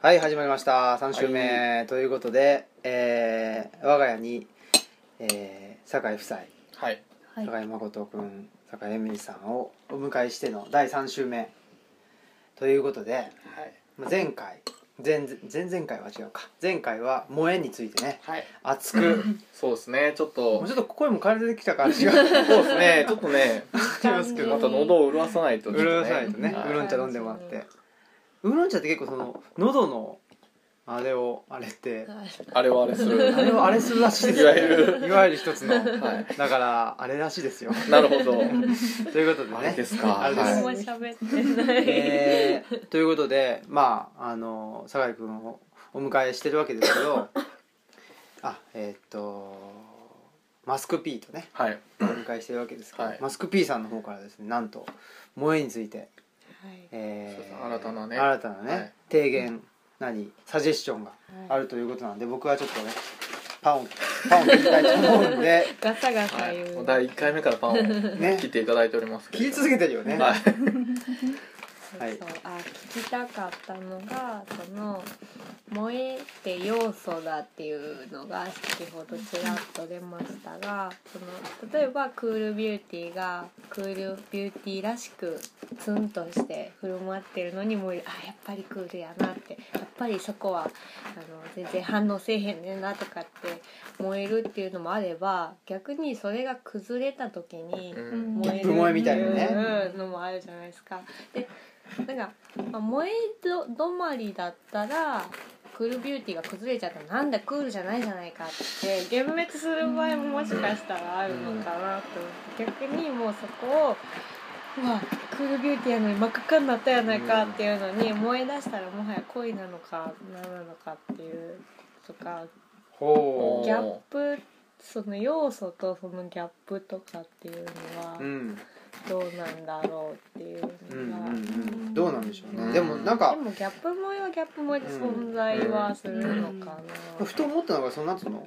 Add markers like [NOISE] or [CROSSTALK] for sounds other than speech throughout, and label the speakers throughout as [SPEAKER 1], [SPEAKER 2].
[SPEAKER 1] はい始まりました3週目、ということで、えー我が家に、えー、酒井夫妻
[SPEAKER 2] はい
[SPEAKER 3] はい、
[SPEAKER 1] 酒井誠君酒井恵美さんをお迎えしての第3週目ということで
[SPEAKER 2] はい
[SPEAKER 1] まあ前回前前々回は違うか前回は萌えについてね
[SPEAKER 2] はい
[SPEAKER 1] 熱く
[SPEAKER 2] そうですねちょっ
[SPEAKER 1] も
[SPEAKER 2] と
[SPEAKER 1] うちょっと声も枯れてきた感じが
[SPEAKER 2] そうですねちょっとね
[SPEAKER 1] しますけ
[SPEAKER 3] う
[SPEAKER 1] ど
[SPEAKER 3] ん
[SPEAKER 2] また喉を潤さない
[SPEAKER 1] [LAUGHS]
[SPEAKER 2] と
[SPEAKER 1] う
[SPEAKER 2] ちょっ
[SPEAKER 1] る
[SPEAKER 2] と
[SPEAKER 1] さいとね
[SPEAKER 2] は
[SPEAKER 1] ウーロン茶飲んでもらってウーロン茶って結構その喉のあれをあれって
[SPEAKER 2] あれはあれする
[SPEAKER 1] あれをあれするらしいです
[SPEAKER 2] いわゆる
[SPEAKER 1] いわゆる一つの
[SPEAKER 2] は
[SPEAKER 1] だからあれらしいですよ
[SPEAKER 2] いなるほど
[SPEAKER 1] ということでね
[SPEAKER 2] あれですか
[SPEAKER 1] あれです
[SPEAKER 3] 何
[SPEAKER 2] は
[SPEAKER 3] も
[SPEAKER 2] い
[SPEAKER 3] 喋ってない、
[SPEAKER 1] えーということでまああの酒井君をお迎えしてるわけですけどあえーっとマスク P とね
[SPEAKER 2] はい
[SPEAKER 1] お迎えしてるわけですけど、
[SPEAKER 2] はい
[SPEAKER 1] マスク P さんの方からですねなんと萌えについて、
[SPEAKER 3] はい
[SPEAKER 1] えー
[SPEAKER 2] そうです新たなね
[SPEAKER 1] 新たなね、
[SPEAKER 2] はい
[SPEAKER 1] 提言なりサジェスションがあるということなんで僕はちょっとねパンをパンを切りたいと思うんで
[SPEAKER 3] ガサガサ
[SPEAKER 2] はい
[SPEAKER 3] 言う、
[SPEAKER 2] もう第一回目からパンを
[SPEAKER 1] ね
[SPEAKER 2] 切っていただいております
[SPEAKER 1] 切り続けてるよね、
[SPEAKER 2] はい
[SPEAKER 3] そう
[SPEAKER 1] はい
[SPEAKER 3] そうあ聞きたかったのがその「萌え」って要素だっていうのが先ほどちらっと出ましたがその例えばクールビューティーがクールビューティーらしくツンとして振る舞ってるのにもうあやっぱりクールやなってやっぱりそこはあの全然反応せえへんねんなとかって燃えるっていうのもあれば逆にそれが崩れた時に。
[SPEAKER 2] うん
[SPEAKER 1] ギ
[SPEAKER 3] 燃える
[SPEAKER 1] ャップ萌えみたいなね
[SPEAKER 3] うんのもあるじゃないですかでなんか、まあ、萌えど止まりだったらクールビューティーが崩れちゃったらなんだクールじゃないじゃないかって幻滅する場合ももしかしたらあるのかなと思って逆にもうそこをうわクールビューティーやのに真っ赤っかになったやないかっていうのに燃え出したらもはや恋なのか何なのかっていうとか
[SPEAKER 1] ほ
[SPEAKER 2] おー
[SPEAKER 3] ギャップその要素とそのギャップとかっていうのは。
[SPEAKER 1] ううん
[SPEAKER 3] どうなんだろうっていうのが、
[SPEAKER 1] うんうんうんどうなんでしょうね、
[SPEAKER 2] うん
[SPEAKER 1] でもなんか
[SPEAKER 3] でもギャップ萌えはギャップ萌えで存在はするのかな、
[SPEAKER 1] ふと思ったのがそのなんつうの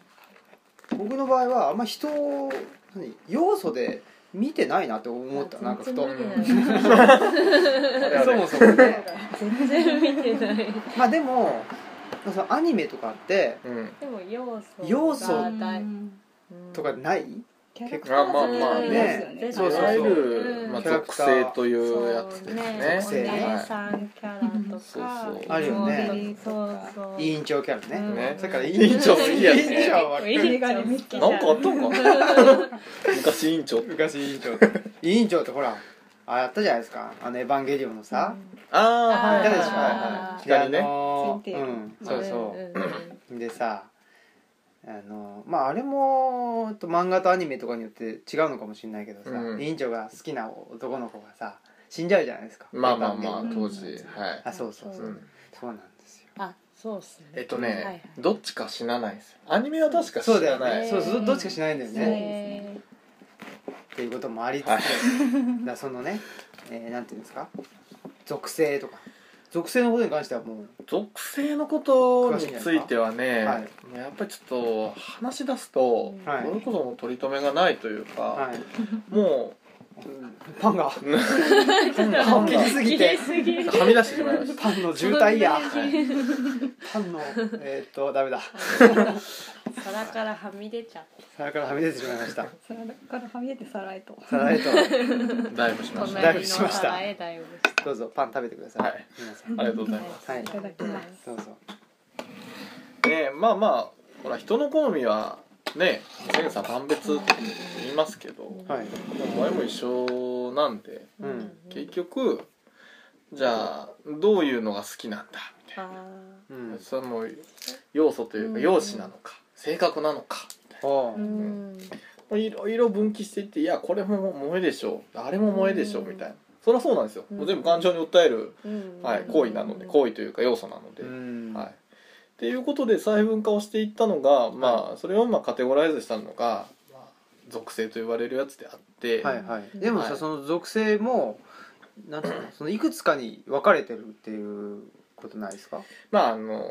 [SPEAKER 1] 僕の場合はあんま人を何要素で見てないなって思ったなんかふと
[SPEAKER 2] 見
[SPEAKER 3] 全然
[SPEAKER 2] そ
[SPEAKER 1] [LAUGHS] そもそもね
[SPEAKER 3] 全然見てない
[SPEAKER 1] まあでもそのアニメとかって
[SPEAKER 2] うん
[SPEAKER 3] でも要素
[SPEAKER 1] 要素
[SPEAKER 3] が大
[SPEAKER 1] とかない
[SPEAKER 3] キャラクタ
[SPEAKER 2] あまあ
[SPEAKER 3] ー
[SPEAKER 2] まあ
[SPEAKER 1] ね
[SPEAKER 3] 全然
[SPEAKER 1] そうそうそう
[SPEAKER 2] いわゆるまあ
[SPEAKER 1] キャラク
[SPEAKER 2] 属
[SPEAKER 1] ター
[SPEAKER 2] 性というやつ
[SPEAKER 3] そう
[SPEAKER 1] 属
[SPEAKER 2] です
[SPEAKER 1] 性
[SPEAKER 2] ね
[SPEAKER 3] ねお姉
[SPEAKER 2] は
[SPEAKER 3] さんキャラと
[SPEAKER 2] そう
[SPEAKER 3] か、
[SPEAKER 2] そう
[SPEAKER 1] あるよね
[SPEAKER 3] そうそう
[SPEAKER 1] 委員長キャラ
[SPEAKER 2] い
[SPEAKER 1] ね、
[SPEAKER 2] ね
[SPEAKER 1] それから
[SPEAKER 3] 委
[SPEAKER 1] 委
[SPEAKER 2] [LAUGHS] 委員
[SPEAKER 1] 員
[SPEAKER 2] 長
[SPEAKER 1] 長
[SPEAKER 2] 好きや
[SPEAKER 1] 委員
[SPEAKER 2] ね
[SPEAKER 1] 長は
[SPEAKER 3] 員長好き
[SPEAKER 2] なんかあったん
[SPEAKER 1] [LAUGHS]
[SPEAKER 2] か昔委員長
[SPEAKER 1] 昔委員長委員長ってほらあやったじゃないですかあの「エヴァンゲリオン」のさ、
[SPEAKER 2] ああはい
[SPEAKER 1] いたでしょ
[SPEAKER 2] はい
[SPEAKER 1] で
[SPEAKER 2] はい
[SPEAKER 1] あ
[SPEAKER 2] 光ね
[SPEAKER 1] の
[SPEAKER 3] 先
[SPEAKER 1] う
[SPEAKER 3] 生
[SPEAKER 1] んそうそう、
[SPEAKER 3] んんん
[SPEAKER 1] でさあのまああれもと漫画とアニメとかによって違うのかもしれないけどさ、
[SPEAKER 2] うん
[SPEAKER 1] 委員長が好きな男の子がさ死んじゃうじゃないですか
[SPEAKER 2] まあまあまあ
[SPEAKER 3] うん
[SPEAKER 2] 当時はい
[SPEAKER 1] あそうそうそう、
[SPEAKER 2] うん
[SPEAKER 1] そうなんですよ
[SPEAKER 3] あ、そうっすね。
[SPEAKER 2] えっと
[SPEAKER 3] はいはい
[SPEAKER 2] ね、どっちか死なないんですよ。アニメは確か死
[SPEAKER 1] そうだ
[SPEAKER 2] な
[SPEAKER 1] よね、
[SPEAKER 2] ない。
[SPEAKER 1] そうそうどっちかしないんだよ
[SPEAKER 3] そう
[SPEAKER 1] ね、
[SPEAKER 3] で
[SPEAKER 1] っていうこともありつつ、
[SPEAKER 2] はい
[SPEAKER 1] だからそのね、えー、なんていうんですか属性とか属性のことに関してはもう
[SPEAKER 2] 属性のことについてはね、
[SPEAKER 1] はい
[SPEAKER 2] もうやっぱりちょっと話し出すと、
[SPEAKER 3] はい
[SPEAKER 2] それこそもう取り留めがないというか、
[SPEAKER 1] はい
[SPEAKER 2] も
[SPEAKER 1] パ [LAUGHS] ンが
[SPEAKER 2] うは
[SPEAKER 3] すね。
[SPEAKER 1] パン切り
[SPEAKER 3] す
[SPEAKER 1] すぎて
[SPEAKER 3] ぎる。
[SPEAKER 2] み出してしまいまし
[SPEAKER 1] パンの渋滞や
[SPEAKER 2] た。はい
[SPEAKER 1] パンのえーっとダメだ
[SPEAKER 3] 皿からはみ出ちゃっ。
[SPEAKER 1] 皿からはみ出てしまいました
[SPEAKER 4] 皿からはみ出て皿へと
[SPEAKER 1] 皿へと
[SPEAKER 2] だいぶしたま
[SPEAKER 3] [LAUGHS]
[SPEAKER 2] した。
[SPEAKER 1] だい
[SPEAKER 2] は
[SPEAKER 1] ぶしました
[SPEAKER 3] 隣の皿へだいぶ
[SPEAKER 1] どうぞパン食べてください、
[SPEAKER 2] い、
[SPEAKER 1] 皆さ
[SPEAKER 2] あ
[SPEAKER 1] ん
[SPEAKER 2] りがとうございま
[SPEAKER 1] はい
[SPEAKER 3] いただきます。
[SPEAKER 1] どうぞ
[SPEAKER 2] す。ね、まあまあ、ほら人の好みはね、千差万別って言いますけど、も
[SPEAKER 1] はい、
[SPEAKER 2] う前も一緒なんで、
[SPEAKER 1] うん
[SPEAKER 2] 結局じゃあどういうのが好きなんだみたい
[SPEAKER 3] あ
[SPEAKER 1] う
[SPEAKER 2] な、
[SPEAKER 1] ん、
[SPEAKER 2] それも要素というか
[SPEAKER 3] うん
[SPEAKER 2] 容姿なのか、性格なのか
[SPEAKER 1] おう
[SPEAKER 3] ーうん。
[SPEAKER 2] いろいろ分岐していっていやこれも萌えでしょうあれも萌えでしょう
[SPEAKER 3] うん
[SPEAKER 2] みたいなそりゃそうなんですよ、
[SPEAKER 3] うん
[SPEAKER 2] もう全部感情に訴える、
[SPEAKER 3] うん
[SPEAKER 2] はい、行為なので
[SPEAKER 3] 為。
[SPEAKER 2] 行為というか要素なので、
[SPEAKER 1] うん
[SPEAKER 2] はいっていうことで細分化をしていったのが、まあ、それをまあカテゴライズしたのが、まあ、属性と言われるやつであって、
[SPEAKER 1] はいはいでもさ、
[SPEAKER 2] はい
[SPEAKER 1] その属性もなんていう [CLEARS THROAT] のそのいくつかに分かれてるっていうことないですか
[SPEAKER 2] まああの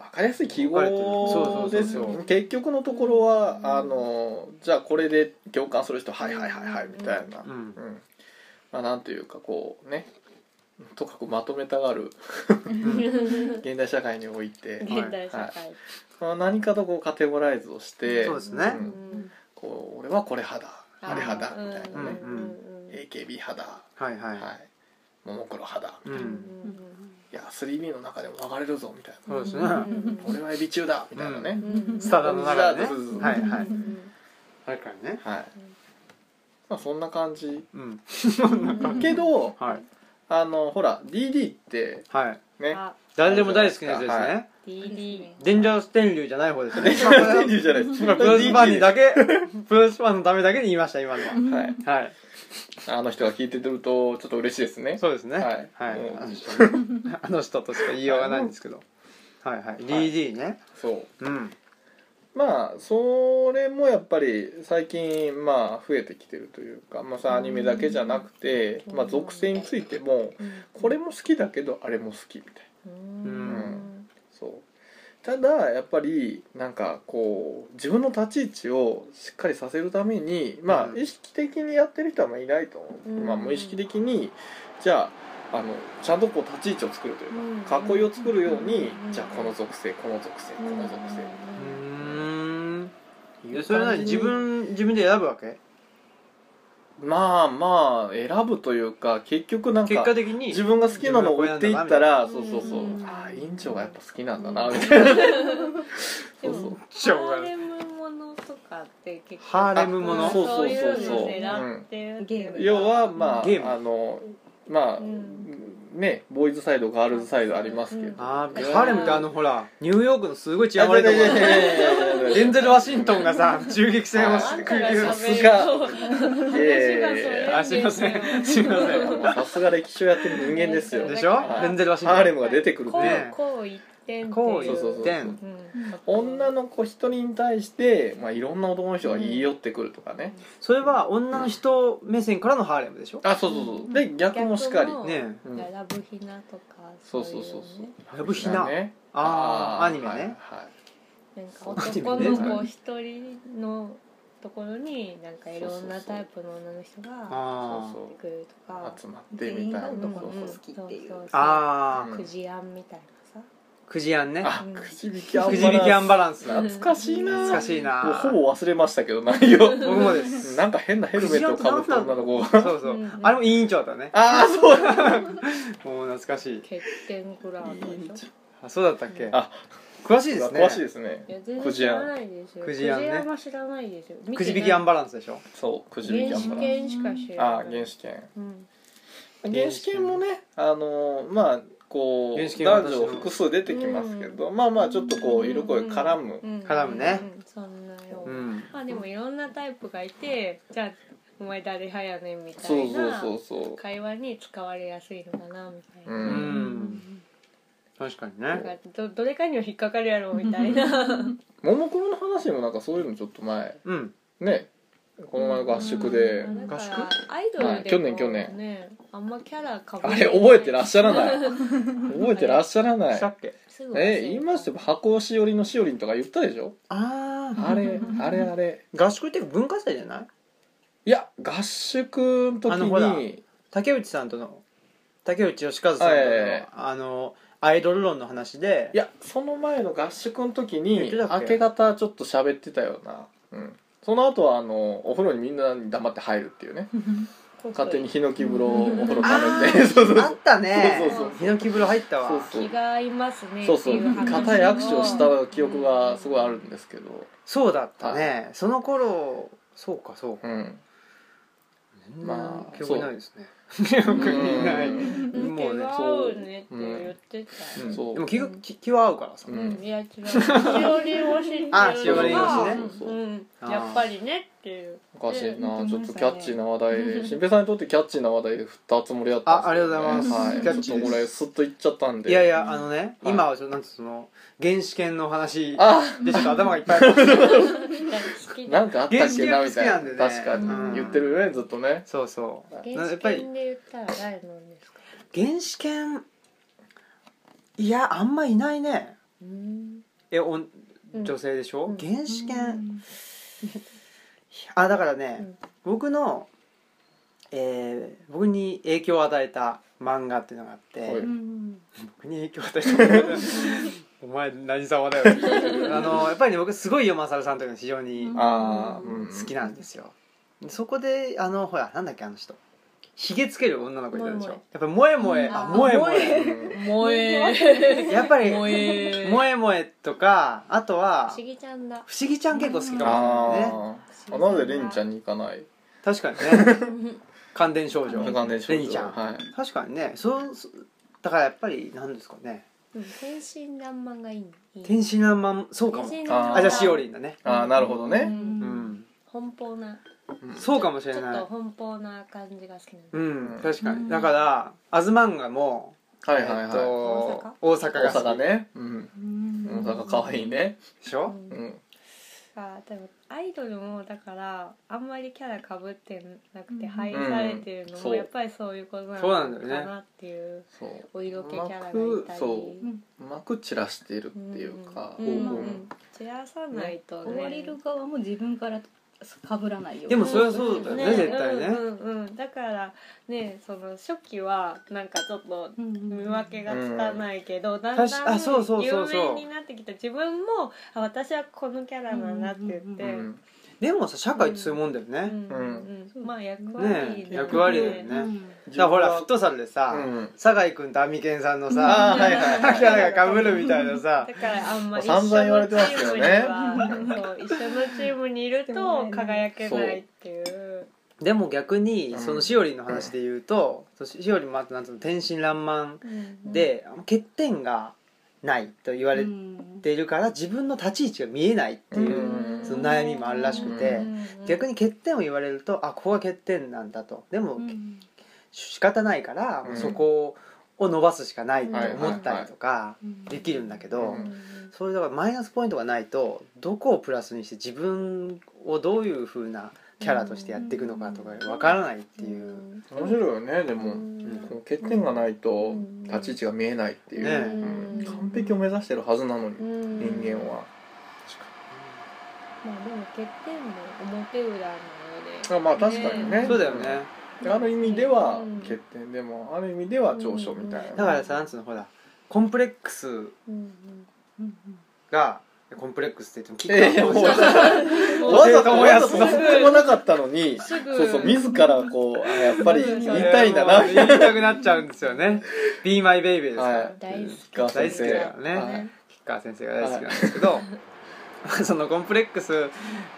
[SPEAKER 2] 分かりやすい記
[SPEAKER 1] 分かれてるそうそうそう
[SPEAKER 2] 号ですよ結局のところはあのじゃあこれで共感する人はいはいはいはいみたいな、
[SPEAKER 1] うん
[SPEAKER 2] うんまあ、なんというかこうねとかくまとめたがる現代社会におい
[SPEAKER 1] は
[SPEAKER 2] て、
[SPEAKER 1] い
[SPEAKER 3] 現代社
[SPEAKER 2] は
[SPEAKER 3] 会
[SPEAKER 2] まあ、何かとこうカテゴライズをして
[SPEAKER 1] そうですね
[SPEAKER 2] うんこう俺はこれ派だあれ派だみたいな
[SPEAKER 1] うん
[SPEAKER 2] ね、
[SPEAKER 1] うん
[SPEAKER 2] AKB 派だ、
[SPEAKER 1] はいはい、
[SPEAKER 2] はい、ももクロ派だ
[SPEAKER 1] う
[SPEAKER 3] うん
[SPEAKER 1] ん
[SPEAKER 2] いや 3B の中でも分かれるぞみたいな
[SPEAKER 1] そうですね、
[SPEAKER 2] 俺はエビ中だみたいなね、
[SPEAKER 1] スタダの中でね
[SPEAKER 2] そうそうそう
[SPEAKER 1] はいはい
[SPEAKER 3] うん
[SPEAKER 1] あれからね
[SPEAKER 2] はいまあそんな感じ
[SPEAKER 1] うん
[SPEAKER 2] けど
[SPEAKER 1] はい
[SPEAKER 2] あのほら DD って
[SPEAKER 1] はい
[SPEAKER 2] ね
[SPEAKER 3] あ
[SPEAKER 1] 誰でも大好きなやつですね、
[SPEAKER 2] は
[SPEAKER 3] DD
[SPEAKER 1] デンジャース天竜じゃない方です [LAUGHS] ね
[SPEAKER 2] ディじゃないです
[SPEAKER 1] 今プロレスファンにだ [LAUGHS] けプロレスファンのためだけに言いました今のは
[SPEAKER 2] はい、
[SPEAKER 1] はい
[SPEAKER 2] あの人が聞いてるとちょっと嬉しいですね
[SPEAKER 1] そうですね
[SPEAKER 2] は
[SPEAKER 1] はいい
[SPEAKER 2] うん
[SPEAKER 1] あの人ねあの人としか言いようがないんですけどはいはい DD ね
[SPEAKER 2] そう
[SPEAKER 1] うん
[SPEAKER 2] まあそれもやっぱり最近まあ増えてきてるというか、まあ、さアニメだけじゃなくて、まあ、属性についてもこれも好きだけどあれも好きみたいな
[SPEAKER 3] うん
[SPEAKER 2] そうただやっぱりなんかこう自分の立ち位置をしっかりさせるためにま
[SPEAKER 1] う
[SPEAKER 2] あ
[SPEAKER 1] ん
[SPEAKER 2] 意識的にやってる人はまあいないと思う、
[SPEAKER 3] うん
[SPEAKER 2] まあ、無意識的にじゃああのちゃんとこう立ち位置を作るという
[SPEAKER 3] うん
[SPEAKER 2] か囲いを作るように
[SPEAKER 3] うん
[SPEAKER 2] じゃあこの属性この属性この属性
[SPEAKER 1] う
[SPEAKER 3] うん
[SPEAKER 1] ーんでそれなりに自分自分で選ぶわけ
[SPEAKER 2] まあまあ選ぶというか結局なん
[SPEAKER 1] 結
[SPEAKER 2] か
[SPEAKER 1] 果的に
[SPEAKER 2] 自分が好きなのを追っていったら
[SPEAKER 3] 自
[SPEAKER 2] そう
[SPEAKER 3] 分
[SPEAKER 2] そう
[SPEAKER 3] がこ
[SPEAKER 2] そう
[SPEAKER 3] れなんだな
[SPEAKER 2] あ
[SPEAKER 3] みたいなうん
[SPEAKER 2] あ委員長がやっぱ好きなんだなみたいなそうそう
[SPEAKER 1] しょうがない
[SPEAKER 3] RM ものとかって結構
[SPEAKER 1] ハーレムもの
[SPEAKER 2] そうそう
[SPEAKER 3] い
[SPEAKER 2] そう
[SPEAKER 3] う
[SPEAKER 2] そう
[SPEAKER 3] の狙ってるっていうか
[SPEAKER 2] 要はまあ
[SPEAKER 1] ゲーム
[SPEAKER 2] あのまあ、
[SPEAKER 3] うん
[SPEAKER 2] ねボーイズサイドガールズサイドありますけど、
[SPEAKER 3] うん
[SPEAKER 1] あーハーレムってあのほらニューヨークのすごい治安
[SPEAKER 2] あ
[SPEAKER 1] 悪い
[SPEAKER 2] い
[SPEAKER 1] と
[SPEAKER 2] やい
[SPEAKER 1] こ
[SPEAKER 2] やい
[SPEAKER 1] ろ
[SPEAKER 2] やいや
[SPEAKER 3] [LAUGHS]
[SPEAKER 2] いや
[SPEAKER 1] デンゼル・ワシントンがさ銃撃戦を
[SPEAKER 3] あ
[SPEAKER 1] し
[SPEAKER 3] ん
[SPEAKER 1] 繰
[SPEAKER 3] た
[SPEAKER 1] り
[SPEAKER 3] が
[SPEAKER 1] 広げ
[SPEAKER 2] さ
[SPEAKER 3] 喋ると
[SPEAKER 2] いやいやいやいや
[SPEAKER 1] あすいませ
[SPEAKER 2] [LAUGHS]
[SPEAKER 1] んすいません
[SPEAKER 2] もうさすが歴史をやってる人間ですよ
[SPEAKER 1] で
[SPEAKER 2] ハ
[SPEAKER 1] しょ
[SPEAKER 3] はい
[SPEAKER 1] デンゼル・ワシントン
[SPEAKER 2] ーレムが出てくる
[SPEAKER 3] こう
[SPEAKER 1] ね
[SPEAKER 3] こう一点って
[SPEAKER 1] こう
[SPEAKER 3] いう
[SPEAKER 2] そう
[SPEAKER 1] 一
[SPEAKER 2] そう
[SPEAKER 1] 点
[SPEAKER 3] うん
[SPEAKER 2] 女の子一人に対して、まあ、いろんな男の人が言い寄ってくるとかね、
[SPEAKER 1] それは女の人目線からのハーレムでしょ
[SPEAKER 2] あそうそうそうで逆もしかり
[SPEAKER 3] 逆も
[SPEAKER 1] ね
[SPEAKER 2] うん
[SPEAKER 3] ラブヒナとか
[SPEAKER 2] そう
[SPEAKER 3] い
[SPEAKER 2] そう
[SPEAKER 3] ね
[SPEAKER 2] そうそう
[SPEAKER 1] ラブヒナ
[SPEAKER 2] ね
[SPEAKER 1] ああアニメ
[SPEAKER 2] はい
[SPEAKER 1] ね
[SPEAKER 2] はい
[SPEAKER 3] なんか男の子一人のところになんかいろんなタイプの女の人が
[SPEAKER 1] あ
[SPEAKER 2] そう
[SPEAKER 3] 来るとか
[SPEAKER 2] 集まってみたいな
[SPEAKER 4] 全員が男の
[SPEAKER 2] そうそう
[SPEAKER 4] 好きっていう
[SPEAKER 1] ああ
[SPEAKER 2] うん
[SPEAKER 1] あ
[SPEAKER 3] クジアンみたいな [LAUGHS] さ
[SPEAKER 1] くじあんね
[SPEAKER 2] あ
[SPEAKER 3] うん
[SPEAKER 2] くじ引きアンバラン
[SPEAKER 1] くじ
[SPEAKER 2] ス
[SPEAKER 1] 引きアンバランス
[SPEAKER 2] 懐かしいな
[SPEAKER 1] 懐かしい
[SPEAKER 2] もう
[SPEAKER 1] な
[SPEAKER 2] ほぼ忘れましたけど内容
[SPEAKER 1] 僕もです
[SPEAKER 2] なんか変なヘルメットをかぶった女の子が
[SPEAKER 1] そうそう
[SPEAKER 3] うん
[SPEAKER 1] あれも委員長だったね
[SPEAKER 2] ああそうだ
[SPEAKER 1] もう懐かしい
[SPEAKER 3] 欠点ぐらいあるでしょ
[SPEAKER 1] あそうだったっけ
[SPEAKER 2] あ
[SPEAKER 1] 詳しいですね
[SPEAKER 2] 詳しいですね
[SPEAKER 3] いや全
[SPEAKER 2] ク
[SPEAKER 3] 然
[SPEAKER 2] ジ
[SPEAKER 3] 知
[SPEAKER 2] アン
[SPEAKER 3] らないですよ
[SPEAKER 1] クジアンね
[SPEAKER 3] クジアンは知らないですよ見てない
[SPEAKER 1] くじ引きアンバランスでしょ
[SPEAKER 2] そうくじ引き
[SPEAKER 3] 原
[SPEAKER 2] ア
[SPEAKER 3] 始
[SPEAKER 2] ンバラン
[SPEAKER 3] 犬しか知
[SPEAKER 2] スあ
[SPEAKER 3] ら
[SPEAKER 2] あ
[SPEAKER 3] ない
[SPEAKER 2] 原始圏
[SPEAKER 3] うん
[SPEAKER 2] 原始圏もねあのーまあこ
[SPEAKER 1] 原始
[SPEAKER 2] う
[SPEAKER 1] 圏は
[SPEAKER 2] 男
[SPEAKER 1] 私の
[SPEAKER 2] 女複数出てきますけどまあまあちょっとこう色恋絡む
[SPEAKER 3] うん
[SPEAKER 1] 絡むね
[SPEAKER 3] うんそんなよ
[SPEAKER 1] うん
[SPEAKER 3] まあでもいろんなタイプがいてじゃあお前誰派やねんみた
[SPEAKER 2] そ
[SPEAKER 3] いう
[SPEAKER 2] そう
[SPEAKER 3] な
[SPEAKER 2] そうそう
[SPEAKER 3] 会話に使われやすいのかなみたいな,、
[SPEAKER 2] う
[SPEAKER 1] うんん確かに
[SPEAKER 3] なん
[SPEAKER 1] ね
[SPEAKER 3] かどどれかには引っかかるやろみたいな
[SPEAKER 2] ももクロの話もなんかそういうのちょっと前
[SPEAKER 1] うん
[SPEAKER 2] ねこの前の合宿で
[SPEAKER 3] うんだ
[SPEAKER 1] 合
[SPEAKER 3] か
[SPEAKER 1] 宿
[SPEAKER 3] らアイドルでも、
[SPEAKER 2] はい去年去年
[SPEAKER 3] ねあんまキャラかぶ
[SPEAKER 2] あれ覚えてらっしゃらない覚えてらっしゃらない
[SPEAKER 1] したっけ
[SPEAKER 3] すぐ忘れ
[SPEAKER 2] え
[SPEAKER 3] る
[SPEAKER 2] 言いましたよ箱しおりのしおりんとか言ったでしょ
[SPEAKER 1] ああ
[SPEAKER 2] あれあれあれ
[SPEAKER 1] 合宿って文化祭じゃない
[SPEAKER 2] いや合宿の時
[SPEAKER 1] あのほら
[SPEAKER 2] に
[SPEAKER 1] 竹内さんとの竹内義和さんと
[SPEAKER 2] は
[SPEAKER 1] の
[SPEAKER 2] いはいはい
[SPEAKER 1] あのアイドル論の話で
[SPEAKER 2] いやその前の合宿の時
[SPEAKER 1] 言っ
[SPEAKER 2] に
[SPEAKER 1] てたっ
[SPEAKER 2] 明
[SPEAKER 1] け
[SPEAKER 2] け方ちょっと喋ってたような、うん、その後はあのお風呂にみんなに黙って入るっていうね勝手にヒノキ風呂をお風呂ためて [LAUGHS] そうそうそ
[SPEAKER 1] あ
[SPEAKER 2] う
[SPEAKER 1] ったね
[SPEAKER 2] そうそうそう
[SPEAKER 1] ヒノキ風呂入ったわ
[SPEAKER 2] そうそう
[SPEAKER 3] 気が合いますね
[SPEAKER 2] そうそう
[SPEAKER 3] ってい話を
[SPEAKER 2] 固い握手をした記憶がすごいあるんですけど、
[SPEAKER 1] そうだったねその頃そうかそうか
[SPEAKER 2] うん、
[SPEAKER 1] 全然
[SPEAKER 2] まあ
[SPEAKER 1] 記憶にないですね記憶にないう
[SPEAKER 3] うんん
[SPEAKER 1] もうね
[SPEAKER 3] 気が合うねって言ってたよ、
[SPEAKER 1] うん
[SPEAKER 2] そう
[SPEAKER 1] でも気が気気は合うからさ
[SPEAKER 2] う
[SPEAKER 3] うんんいや違うしおりを知ってるのが
[SPEAKER 1] あしおり
[SPEAKER 2] 推しね
[SPEAKER 3] うんやっぱりねっていう
[SPEAKER 2] おかしい
[SPEAKER 4] え
[SPEAKER 2] な
[SPEAKER 4] ー
[SPEAKER 2] ちょっとキャッチーな話題で新平さんにとってキャッチーな話題で振ったつもりだった
[SPEAKER 1] あありがとうございます
[SPEAKER 2] はい、
[SPEAKER 1] キャッチー
[SPEAKER 2] ち
[SPEAKER 1] です
[SPEAKER 2] ょっとこれスッといっちゃったんで
[SPEAKER 1] い
[SPEAKER 2] い
[SPEAKER 1] やいやあのね
[SPEAKER 2] はい
[SPEAKER 1] 今はちょっとなんつうその原始圏の話
[SPEAKER 2] あ
[SPEAKER 1] でちょっと頭がいっぱいあ
[SPEAKER 2] [LAUGHS]
[SPEAKER 1] る
[SPEAKER 3] 好き
[SPEAKER 2] なんかあったっけ
[SPEAKER 1] 原
[SPEAKER 2] なみ
[SPEAKER 1] 始圏
[SPEAKER 2] たい
[SPEAKER 1] が
[SPEAKER 2] な
[SPEAKER 1] 好きなんでね
[SPEAKER 2] 確かに、
[SPEAKER 1] うん
[SPEAKER 2] 言ってるよねずっとね
[SPEAKER 1] そうそう
[SPEAKER 3] 原
[SPEAKER 1] やっ
[SPEAKER 3] 始
[SPEAKER 1] ぱり
[SPEAKER 3] 圏で言ったら誰なんですか
[SPEAKER 1] 原始圏いやあんまいないね
[SPEAKER 3] うん
[SPEAKER 1] えおん
[SPEAKER 3] うん
[SPEAKER 1] 女性でしょ、
[SPEAKER 3] うん
[SPEAKER 1] 原始圏あだからね、僕の、えー僕に影響を与えた、漫画っていうのがあって、
[SPEAKER 2] はい
[SPEAKER 4] うん
[SPEAKER 1] 僕に影響を与えてくれ
[SPEAKER 3] [LAUGHS]
[SPEAKER 1] たお前何様だよあのやっぱりね僕すごいよマサルさんというのが非常に
[SPEAKER 2] あー、うん、
[SPEAKER 1] 好きなんですよ、そこであのほらなんだっけあの人ひげつける女の子いたでしょ
[SPEAKER 3] 萌え
[SPEAKER 1] やっぱり萌え萌え、
[SPEAKER 3] うん
[SPEAKER 1] あ
[SPEAKER 3] あ
[SPEAKER 1] 萌え萌
[SPEAKER 2] う
[SPEAKER 1] え
[SPEAKER 2] ん
[SPEAKER 3] 萌え
[SPEAKER 1] やっぱり
[SPEAKER 3] 萌え
[SPEAKER 1] 萌え萌えとかあと
[SPEAKER 3] 不
[SPEAKER 1] は
[SPEAKER 3] 思議ちゃんだ
[SPEAKER 1] 不思議ちゃん結構好きかもしれないね
[SPEAKER 2] あーあなぜレニちゃんに行かない
[SPEAKER 1] 確かに
[SPEAKER 2] [LAUGHS]
[SPEAKER 1] ね感電少女
[SPEAKER 3] うん
[SPEAKER 2] 関連症状
[SPEAKER 1] レニちゃん
[SPEAKER 2] はい
[SPEAKER 1] 確かにねそうそうだからやっぱりなんですかね
[SPEAKER 3] うん天真爛漫がいい
[SPEAKER 1] 天真爛漫そうかも
[SPEAKER 3] 天真爛漫
[SPEAKER 2] あー
[SPEAKER 1] あじゃあしおりんだね
[SPEAKER 2] ああなるほど
[SPEAKER 3] う
[SPEAKER 2] ね、
[SPEAKER 1] うんん
[SPEAKER 3] 奔放な
[SPEAKER 2] うん
[SPEAKER 1] そうかもし
[SPEAKER 3] ちょっ
[SPEAKER 1] れない
[SPEAKER 3] と奔放な感じが好きなんで
[SPEAKER 1] うん確か
[SPEAKER 4] うん
[SPEAKER 1] にだから「アズマンガも」
[SPEAKER 2] はいはいはい、
[SPEAKER 1] えっと大阪
[SPEAKER 2] 大
[SPEAKER 1] が好
[SPEAKER 2] 阪
[SPEAKER 1] き
[SPEAKER 2] ね、うん、
[SPEAKER 4] うん
[SPEAKER 2] 大阪可愛いね、
[SPEAKER 1] でしょ
[SPEAKER 2] う
[SPEAKER 3] うん
[SPEAKER 2] ん、
[SPEAKER 3] あでもアイドルもだからあんまりキャラかぶってなく
[SPEAKER 4] う
[SPEAKER 3] て
[SPEAKER 4] ん
[SPEAKER 3] 配慮されてるの
[SPEAKER 2] そう
[SPEAKER 3] もやっぱりそういうことな
[SPEAKER 1] そうなん
[SPEAKER 3] の
[SPEAKER 1] だ
[SPEAKER 3] か
[SPEAKER 1] よね
[SPEAKER 3] なっていう
[SPEAKER 2] そう
[SPEAKER 3] お色気キャラがいたり
[SPEAKER 2] そううまく散らしてるっていうか、
[SPEAKER 3] うん
[SPEAKER 2] うん
[SPEAKER 3] うんうん散らさないとね
[SPEAKER 4] 追われる側も自分からかぶらないように
[SPEAKER 1] でもそれはそうだよね
[SPEAKER 3] ん
[SPEAKER 1] 絶対ね
[SPEAKER 3] うんうんうんだからねその初期はなんかちょっと
[SPEAKER 4] うん
[SPEAKER 3] 見分けがつかないけど、だん
[SPEAKER 1] 確
[SPEAKER 3] だ
[SPEAKER 1] かあ
[SPEAKER 3] ん
[SPEAKER 1] そうそうそうそう
[SPEAKER 3] 有名になってきた自分もあ私はこのキャラなんだって言っ
[SPEAKER 2] う
[SPEAKER 3] て、
[SPEAKER 2] ん
[SPEAKER 1] でもさ社会ってそういうもんだよね
[SPEAKER 3] うんうんうんまあ役割なんで
[SPEAKER 1] ね役割だよ
[SPEAKER 4] う
[SPEAKER 1] ね
[SPEAKER 4] ん
[SPEAKER 1] だからほらフットサルでさ
[SPEAKER 2] うん
[SPEAKER 1] 酒井君とアミケンさんの
[SPEAKER 2] あ
[SPEAKER 1] さ
[SPEAKER 2] ーはいはいはい
[SPEAKER 1] キャラが被るみたいなさ
[SPEAKER 3] だからあんま一緒
[SPEAKER 2] 散
[SPEAKER 3] のチ
[SPEAKER 2] 々言われてますけど
[SPEAKER 3] ームに
[SPEAKER 2] ね
[SPEAKER 3] はそう一緒のチームにいると輝けないっていう
[SPEAKER 1] でも逆に
[SPEAKER 2] うん
[SPEAKER 1] そのしおりんの話で言うと、そうしおりんもあとなんつうの天真爛漫
[SPEAKER 3] うん
[SPEAKER 1] で、欠点がないと言われているから自分の立ち位置が見えないって
[SPEAKER 2] う
[SPEAKER 1] い
[SPEAKER 2] ん
[SPEAKER 1] う、その悩みもあるらしく
[SPEAKER 2] て
[SPEAKER 1] 逆
[SPEAKER 3] に
[SPEAKER 1] に欠点を言われるとあここが欠点なんだとでも、
[SPEAKER 4] うん
[SPEAKER 1] 仕方ないから、
[SPEAKER 2] うん
[SPEAKER 1] そこを伸ばすしかないと思ったりとか
[SPEAKER 4] うん
[SPEAKER 1] できるんだけど、
[SPEAKER 2] うん
[SPEAKER 1] それだからマイナスポイントがないとどこをプラスにして自分をどういう風なキャラとしてやっていくのかとかわからないっていう。
[SPEAKER 2] 面白いよねでも、この欠点がないと立ち位置が見えないっていう、
[SPEAKER 1] ね
[SPEAKER 2] うん完璧を目指してるはずなのに、人間は
[SPEAKER 3] まあでも欠点も表裏なので
[SPEAKER 2] あまあ確かにね
[SPEAKER 1] そうだよね
[SPEAKER 2] ある意味では
[SPEAKER 3] うん
[SPEAKER 2] 欠点でもある意味では長所みたいな、
[SPEAKER 3] うん
[SPEAKER 1] だからさなんつうのほらコンプレックス
[SPEAKER 3] うん
[SPEAKER 4] うん
[SPEAKER 1] がコンプレックスって言っても
[SPEAKER 2] ええもうわ
[SPEAKER 1] う
[SPEAKER 3] うん
[SPEAKER 2] ざとわざと何もなかったのに
[SPEAKER 3] すぐ
[SPEAKER 2] そうそう自らこうあやっぱり
[SPEAKER 3] そう
[SPEAKER 2] 言い
[SPEAKER 3] そう
[SPEAKER 2] たいんだな
[SPEAKER 1] 言いたくなっちゃうんですよね「Be My Baby」ですから、
[SPEAKER 2] はい
[SPEAKER 3] 大好き
[SPEAKER 2] 吉川
[SPEAKER 1] 大
[SPEAKER 2] 先
[SPEAKER 1] 好き
[SPEAKER 2] 生
[SPEAKER 1] だからね、
[SPEAKER 2] はい
[SPEAKER 1] 吉川先生が大好きなんですけど、 [LAUGHS] そのコンプレックス